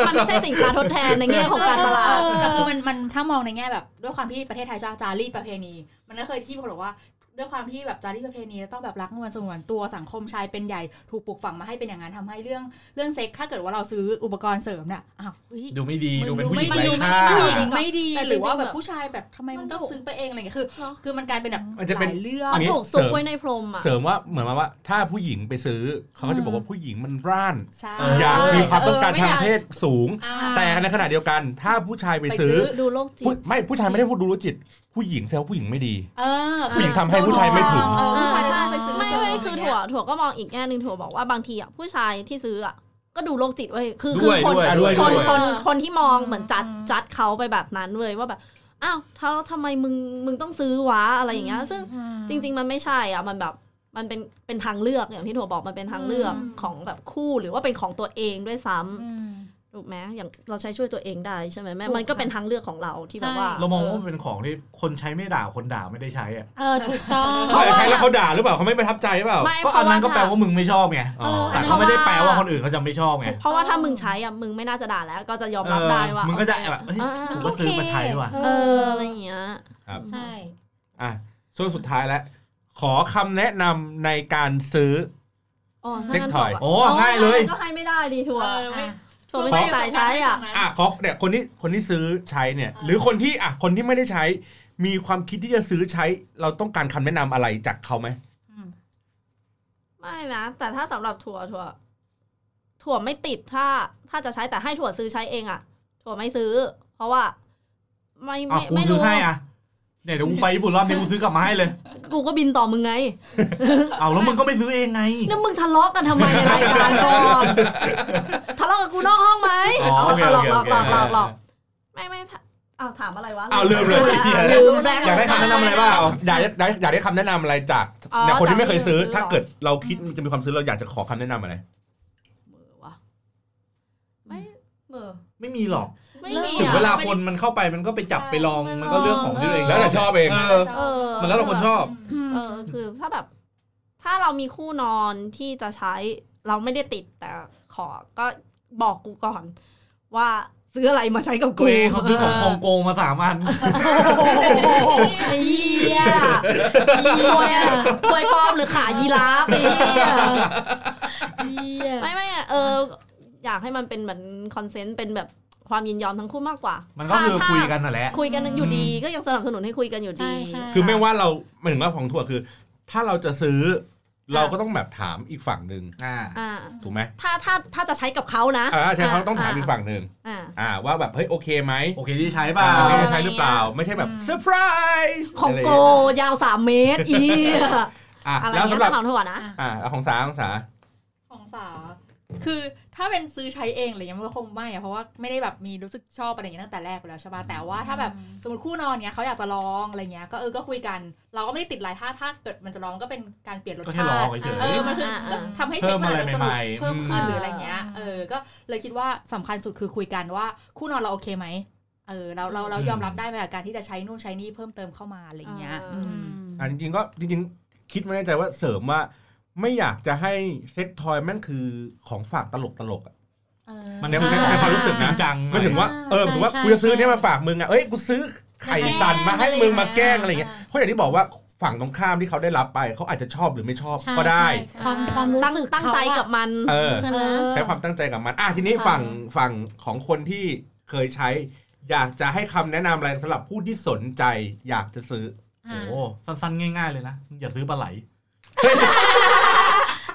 มันไม่ใช่สินค้าทดแทนในแง่ของการตลาด แต่คือมันมันถ้ามองในแง่แบบ ด้วยความที่ประเทศไทยจะจารีตประเพณี มันก็เคยที่บอกว่า ด้วยความที่แบบจารีตประเพณีต้องแบบรักนวลสงวนตัวสังคมชายเป็นใหญ่ถูกปลูกฝังมาให้เป็นอย่างนั้นทำให้เรื่องเรื่องเซ็กถ้าเกิดว่าเราซื้ออุปกรณ์เสริมเนี่ยอ้าวเฮ้ย ดูไม่ดี มัน ดูเป็นผู้หญิง ดูไร้ไม่ดี ค่า มันดูไม่ดี ไม่ดี แต่จริงๆ หรือว่าแบ แบบ บ ผู้ชายแบบทำไมมัน มัน ต้อง ถูก ซื้อไปเองอะไรอย่างเงี้ยคือ เนอะ คือมันกลายเป็นแบบ มันจะเป็น หลายเรื่อง มัน ย่างงี้ ถูกซุกไว้ในพรมอ่ะ เสริมว่าเหมือนมาว่า ถ้าผู้หญิงไปซื้อ เขาก็จะบอกว่าผู้หญิงมันร่าน ใช่ อยากมีความต้องการทางเพศสูง อ่า แต่ในขณะเดียวกัน ถ้าผู้ชายไปซื้อ ไปซื้อ ดูโลกจิ ผู้ ต ไม่ผู้ชายไม่ได้พูดดูรู้จิต ผู้หญิงแซวผู้หญิงไม่ดี เออ ผู้หญิงทำให้ผู้ชายไม่ถึง เออผู้ชาย ใช่ ไปซื้อ ไม่ไม่ เสริ คือถั่วถั่วก็มองอีกแง่หนึ่งถั่วบอกว่าบางทีอ่ะผู้ชายที่ซื้ออ่ะก็ดูโลกจิตเว้ยคือคือคน ด้วยด้วย ค ด้วน ย คนคนที่มองเหมือนจัดจัดเขาไปแบบนั้นเลยว่าแบบอ้าวถ้าเราทำไมมึงมึงต้องซื้อวะอะไรอย่างเงี้ยซึ่ง จริง ๆ มันไม่ใช่อ่ะ มันแบบ มันเป็น เป็นทางเลือกอย่างที่ถั่วบอกมันเป็นทางเลือก อืม ของแบบคู่หรือว่าเป็นของตัวเองด้วยซ้ำ ๆ ถูกไหมอย่างเราใช้ช่วยตัวเองได้ใช่ไหมแม่ ถูก มันก็เป็นทางเลือกของเราที่แบบว่า ใช่ เรามองว่ามันเป็นของที่คนใช้ไม่ด่าคนด่าไม่ได้ใช้อะ เออถูกต้อง เขาอาจจะใช้แล้วเขาด่าหรือเปล่าเขาไม่ประทับใจหรือเปล่า ไม่ ก็ เพ อัน ราะว่า นั้นก็แปลว่ามึงไม่ชอบไง อ๋อ แต่เขาไม่ได้แปลว่าคนอื่นเขาจะไม่ชอบไง เพราะว่าถ้ามึงใช้อ่ะ มึงไม่น่าจะด่าแล้ว ก็จะยอมรับได้ว่า เออมึงก็จะแบบเฮ้ย อ่า กูก็ซื้อมาใช้ว่ะ เออ อะไรอย่างเงี้ย ครับ ใช่ อ่ะช่วงสุดท้ายแล้วขอคำแนะนำในการซื้อ อ๋อถ้า Sex งั้น toy ถั่ว โอ้ง่ายเลย ก็ให้ไม่ได้ดีถั่ว เออไม่ ตัวไม่ใช่สายใช้อ่ะ อ่ะเขาเนี่ยคนที่คนที่ซื้อใช้เนี่ย หรือคนที่อ่ะคนที่ไม่ได้ใช้ มีความคิดที่จะซื้อใช้ เราต้องการคำแนะนำอะไรจากเขาไหม ไม่นะแต่ถ้าสำหรับถั่วถั่วถั่วไม่ติดถ้า ถ้าจะใช้แต่ให้ถั่วซื้อใช้เองอะถั่วไม่ซื้อ เพราะว่า ไม่ อ่ะ ไม่ กู ไม่ ซื้อ รู้ ให้อ่ะเนี่ยเดี๋ยวกูไปญี่ปุ่นรอบนี้กูซื้อกลับมาให้เลย กูก็บินต่อมึงไง เอาแล้วมึงก็ไม่ซื้อเองไง แล้วมึงทะเลาะกันทำไมในรายการก่อนทะเลาะกับกูนอกห้องไหม อ๋อ เอา โอเค เอาหลอโอก เค หลอกหลอกหลอกหลอก โอเค ไม่ไม่ถ้าอ้าวถามอะไรวะ อ้าวลืมเลย แวอ่ะลืมแล้ว อยากได้คำแนะนำอะไรบ้างอยากได้อยากได้คำแนะนำอะไรจาก อ๋อ เนี่ยคนที่ไม่เคยซื้อ จากคนที่ไม่เคยซื้อ ถ้าเกิดเราคิดจะมีความซื้อเราอยากจะขอคำแนะนำอะไร เหมือวะไม่เหมือ ไม่มีหรอก ไม่มี ถึง อะ เวลาคนมันเข้าไปมันก็ไปจับไปลองมันก็เลือกของที่ตัวเอง แล้วแต่ชอบเอง เออ เออ มันแล้วแต่คนชอบ เออคือถ้าแบบ ถ้าเรามีคู่นอนที่จะใช้เราไม่ได้ติดแต่ขอก็บอกกูก่อน ว่าซื้ออะไรมาใช้กับ ตั กู วเองเขาซื้อของฮ่องกงมาสามอัน ไอ้เหี้ยควยอะควยปลอมหรือขายีราฟไอ้เหี้ย เหี้ย ไม่ไม่อะเออ อยากให้มันเป็นเหมือนคอนเซนต์เป็นแบบความยินยอมทั้งคู่มากกว่า มั มัน ก็คือคุยกันนั่นแหละ คุยกันอยู่ดีก็ยังสนับสนุนให้คุยกันอยู่ดี ใช่ใช่ คือไม่ว่าเราหมายถึงว่าของถั่วคือ ถ้าเราจะซื้อ เราก็ต้องแบบถามอีกฝั่งหนึ่ง อ่า อ่า ถูกไหม ถ้าถ้าถ้าจะใช้กับเขานะ อ่าใช่เขาต้องถามอีกฝั่งหนึ่ง อ่า อ่า ว่าแบบเฮ้ยโอเคไหม โอเคที่ใช้ อ่า ป่ะ โอเคจะใช้หรือเปล่า ไม่ใช่แบบเซอร์ไพรส์ ของโกยาวสามเมตรอีอะ อ่ะ อะไร แล้ว เงี้ สำ ย หรับ ของถั่วนะ อ่าเอาของสาของสา ของสาวคือถ้าเป็นซื้อใช้เองอะไรเงี้ยมันก็คงไม่อะเพราะว่าไม่ได้แบบมีรู้สึกชอบอะไรเงี้ยตั้งแต่แรกอยู่แล้วใช่ป่ะแต่ว่าถ้าแบบสมมติคู่นอนเนี้ยเขาอยากจะลองอะไรเงี้ยก็เออก็คุยกัน เราก็ไม่ได้ติดอะไรถ้าถ้าเกิดมันจะลองก็เป็นการเปลี่ยนรส ก็แค่ ชา ลอง ติ เฉย เออมันคือ เออ ก็ทำให้เซ็กมันอาจจะสนุก เพิ่ เพิ่ ม ม อะไรใหม่ๆ ขึ้นหรืออะไรเงี้ยเออก็เลยคิดว่าสำคัญสุดคือคุยกันว่าคู่นอนเราโอเคไหมเออเราเราเรายอมรับได้ไหมกับการที่จะใช้นู่นใช้นี่เพิ่มเติมเข้ามาอะไรเงี้ยอืม อ่าจริงๆก็จริงๆ คิดไว้ในใจว่าเสริมว่าไม่อยากจะให้เซ็กทอยแม่งคือของฝากตลกตลกๆอะในในในความรู้สึกนะ จังๆหน่อย ไม่ถึงว่าเออ ใช่ ถึงว่า ใช่ กูจะซื้อเนี่ย ใช่ มาฝากมึงอ่ะเอ้ยกูซื้อไข่สันมาให้มึงมาแกล้งอะไรอย่างเงี้ยเพราะอย่างที่บอกว่าฝั่งตรงข้ามที่เขาได้รับไปเขาอาจจะชอบหรือไม่ชอบ ใช่ ก็ได้ ใช่ความความรู้ ตั้ง สึก ตั้งใจกับมัน เออ ใช่ไหม ใช้ความตั้งใจกับมันอ่ะทีนี้ฝั่งฝั่งของคนที่เคยใช้ อยากจะให้คำแนะนำอะไรสำหรับผู้ที่สนใจอยากจะซื้อ โอ้โหสั้นๆ ง่ายๆเลยนะ อย่าซื้อปลาไหล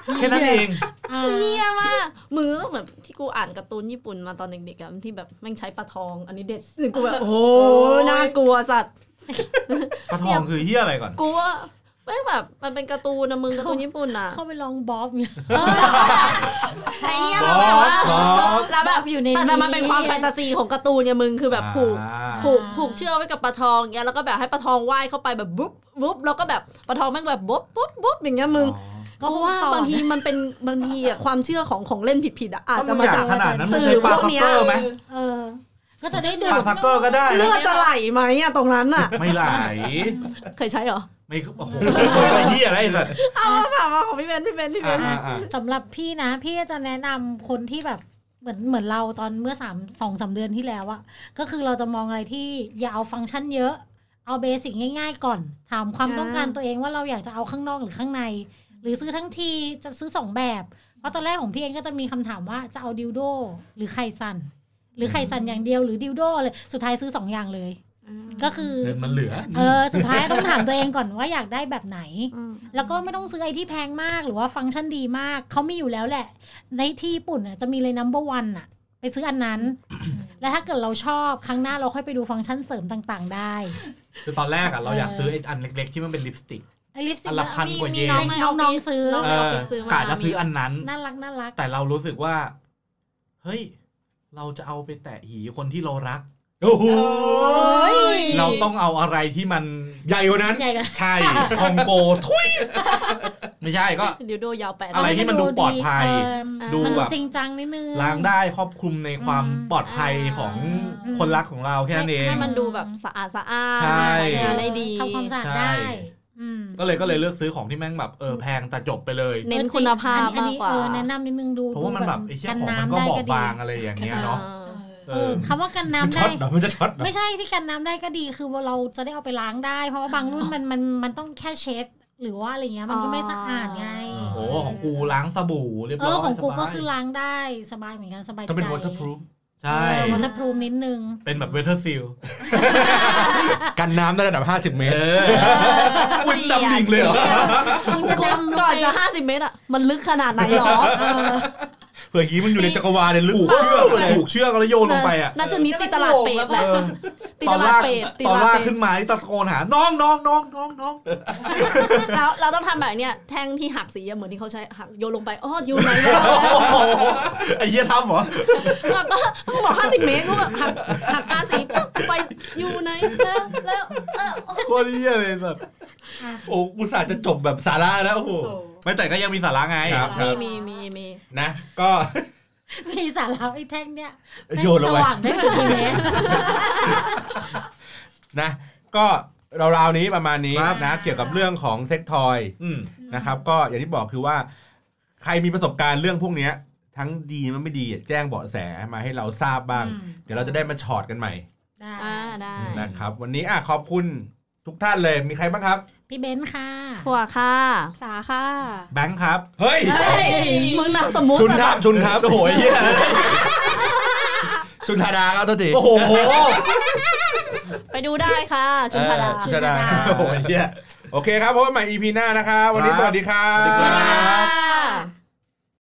แค่ แค่นั้ นั้นน เอ เอง ง อ่า เฮียมากมือก็แบบที่กูอ่านการ์ตูนญี่ปุ่นมาตอนเด็กๆอะที่แบบแม่งใช้ปลาทอง อันนี้เด็ดกูแบบโอ้โหน่ากลัวสัตว์ ปลาทองคือเฮียอะไรก่อน กูว่าแม่งแบบมันเป็นการ์ตูนนะมึงการ์ตูนญี่ปุ่นอ่ะ เข้าไปลองบ๊อบเนี่ย เออไอเนี้ยเราแบบว่าเราแบบ อยู่ใน แต่แต่มันเป็นความแฟนตาซีของการ์ตูนเนี่ยมึงคือแบบผูก ผูกผูกเชือกไว้กับปลาทองเงี้ยแล้วก็แบบให้ปลาทองว่ายเข้าไปแบบบุ๊บบุ๊บแล้วก็แบบปลาทองแม่งแบบบุ๊บบุ๊บบุ๊บอย่างเงี้ยมึงเพ ก็ ราะว่า ต่อ บางทีมันเป็นบางทีอะความเชื่อของของเล่นผิดๆอะอาจ ถ้า จะ มึ มาง อยา จาก ก ขนาดนั้นมึง สื่ ใช้ อ ปลา พวก ซัก เนี้ย เกอร์ไหม เออ ก็จะได้ดู ปลาซักเกอร์ก็ได้ เลื นะ อดจะไหลไหมอะตรงนั้นอะ ไม่ไหล เคยใช้เหรอ ไม่โอ้โหไอ้เฮียอะไรไอ้สัตว์ เอามาถามมาของพี่เบนพี่เบนพี่เบน อ่าอ่า สำหรับพี่นะ พี่จะแนะนำคนที่แบบเหมือนเหมือนเราตอนเมื่อสามสองสามเดือนที่แล้วอะก็คือเราจะมองอะไรที่อย่าเอาฟังก์ชันเยอะ เอาเบสิกง่าย ๆ ก่อน ถามความต้องการตัวเองว่าเราอยากจะเอาข้างนอกหรือข้างใน หรือซื้อทั้งทีจะซื้อสองแบบ เพราะตอนแรกของพี่เองก็จะมีคำถามว่าจะเอาดิวโดหรือไข่สัน หรือไข่สันอย่างเดียวหรือดิวโดเลยสุดท้ายซื้อสองอย่างเลย ก็คือ เงินมันเหลือ เออสุดท้ายต้องถามตัวเองก่อนว่าอยากได้แบบไหน แล้วก็ไม่ต้องซื้อไอ้ที่แพงมากหรือว่าฟังก์ชันดีมาก เขามีอยู่แล้วแหละ ในที่ญี่ปุ่นน่ะจะมีเลย number one อ่ะ ไปซื้ออันนั้น และถ้าเกิดเราชอบครั้งหน้าเราค่อยไปดูฟังก์ชันเสริมต่างๆ ได้ คือตอนแรกอะเราอยากซื้อไอ้อันเล็ก ๆ ที่มันเป็นลิปสติก ไอ้ลิปสติ อั ก นละพันกว่าเยน น้องในออฟฟิศ น้อง เอ ในออฟ อ ฟิศซื้อมาก ะจะซื้ออันนั้น น่ารักน่ารัก แต่เรารู้สึกว่า เฮ้ย เราจะเอาไปแตะหีคนที่เรารัก โอ้โห เราต้องเอาอะไรที่มัน ใหญ่กว่านั้น ใหญ่กัน ใช่ คองโกทุย ไม่ใช่ก็ เดี๋ยวโดยาวแปด อะไรที่มันดูปลอดภัย ดู ดู แบบมันดู แบบ จริงจังนิดนึง ล้างได้ครอบคลุมในความ อืม ปลอดภัยของ อืม คนรักของเราแค่นั้นเอง ให้มันดูแบบสะอาดสะอาด ใช่ งานได้ดี ทำความสะอาด ใช่ ได้อืม ก็เลยก็เลยเลือกซื้อของที่แม่งแบบเออแพงแต่จบไปเลย เน้นคุณภาพ อัมากนนี้ กว่า เออแนะนำนิดนึงดู เพราะว่ามันแบบไอ้เชี่ยของมันก็บอบบางอะไรอย่างเงี้ยเนาะ ออ เอ เออ อ คำว่ากัน มัน น้ำ ช็อได้ตเหรอมันจะช็อตเหรอ ไม่ใช่ที่กันน้ำได้ก็ดีคือว่าเราจะได้เอาไปล้างได้ เพราะว่าบางรุ่นมันมันมันต้องแค่เช็ด หรือว่าอะไรเงี้ยมันก็ไม่สะอาดไง โอ้ของกูล้างสบู่เรียบ เอ ร้อ อย ของกู สบาย ก็คือล้างได้สบายเหมือนกันสบายใจ ต้องเป็น waterproof ใช่ วอเตอร์พรูฟนิดนึง เป็นแบบเวเทอร์ซิล กันน้ำได้ระดับ 50 เมตร อุ้ยดำดิ่งเลย มึงจะดำล ก่ ง อน ไป จะ 50 เมตรอ่ะ มันลึกขนาดไหนหรอ เผื่อกี้มันอยู่ในจักรวาลเลยลึก ผูกเชือกผูกเชือกแล้วโยนลงไปอ่ะ ณจุดนี้ติดตลาดเป็ดแหละ เออ ติด ตอ ต น ลาด ลาก เป็ดติด ต ต อน ลา ลา ด ก เป็ด ขึ้นมานี่ตะโกนหาน้องน้องน้องน้องน้อง แล้วเราต้องทำแบบเนี้ยแท่งที่หักสีอะเหมือนที่เขาใช้หักโยนลงไปอ๋ออยู่ไหน ไอ้เหี้ยทำเหรอ แล้วก็ต้องบอก 50 เมตรก็แบบหักหักตาสีปุ๊บไปอยู่ไหนแล้วแล้วเออ โคตรเหี้ยเลยแบบ โอ้อุตส่าห์จะจบแบบสาระแล้วโอ้โห ไม่แต่ก็ยังมีสาระไง ครับ มีมีมีมี นะ ก็ มีสาระไอ้แท่งเนี่ย โยนลงไป สว่างได้กี่เมตร นะ ก็ราวๆนี้ประมาณนี้ ครับ นะ เกี่ยวกับเรื่องของเซ็กทอย อืม นะครับ ก็อย่างที่บอกคือว่า ใครมีประสบการณ์เรื่องพวกเนี้ย ทั้งดีมันไม่ดีแจ้งเบาะแสมาให้เราทราบบ้าง อืม เดี๋ยวเราจะได้มาช็อตกันใหม่ ได้ อ่าได้ นะครับ วันนี้อ่ะขอบคุณทุกท่านเลยมีใครบ้างครับ พี่เบนซ์ค่ะ ถั่วค่ะ สาค่ะ แบงค์ครับ เฮ้ย มึงนำสมมุติ ชุนทับชุนทับโอ้โหเหี้ย ชุนธาดาครับตัวที โอ้โห ไปดูได้ค่ะ ชุนธาดา เออชุนธดา โอ้โหเหี้ย โอเคครับพบกันใหม่ EP หน้านะครับวันนี้สวัสดีครั สวัสดีครับ บ ค่ะ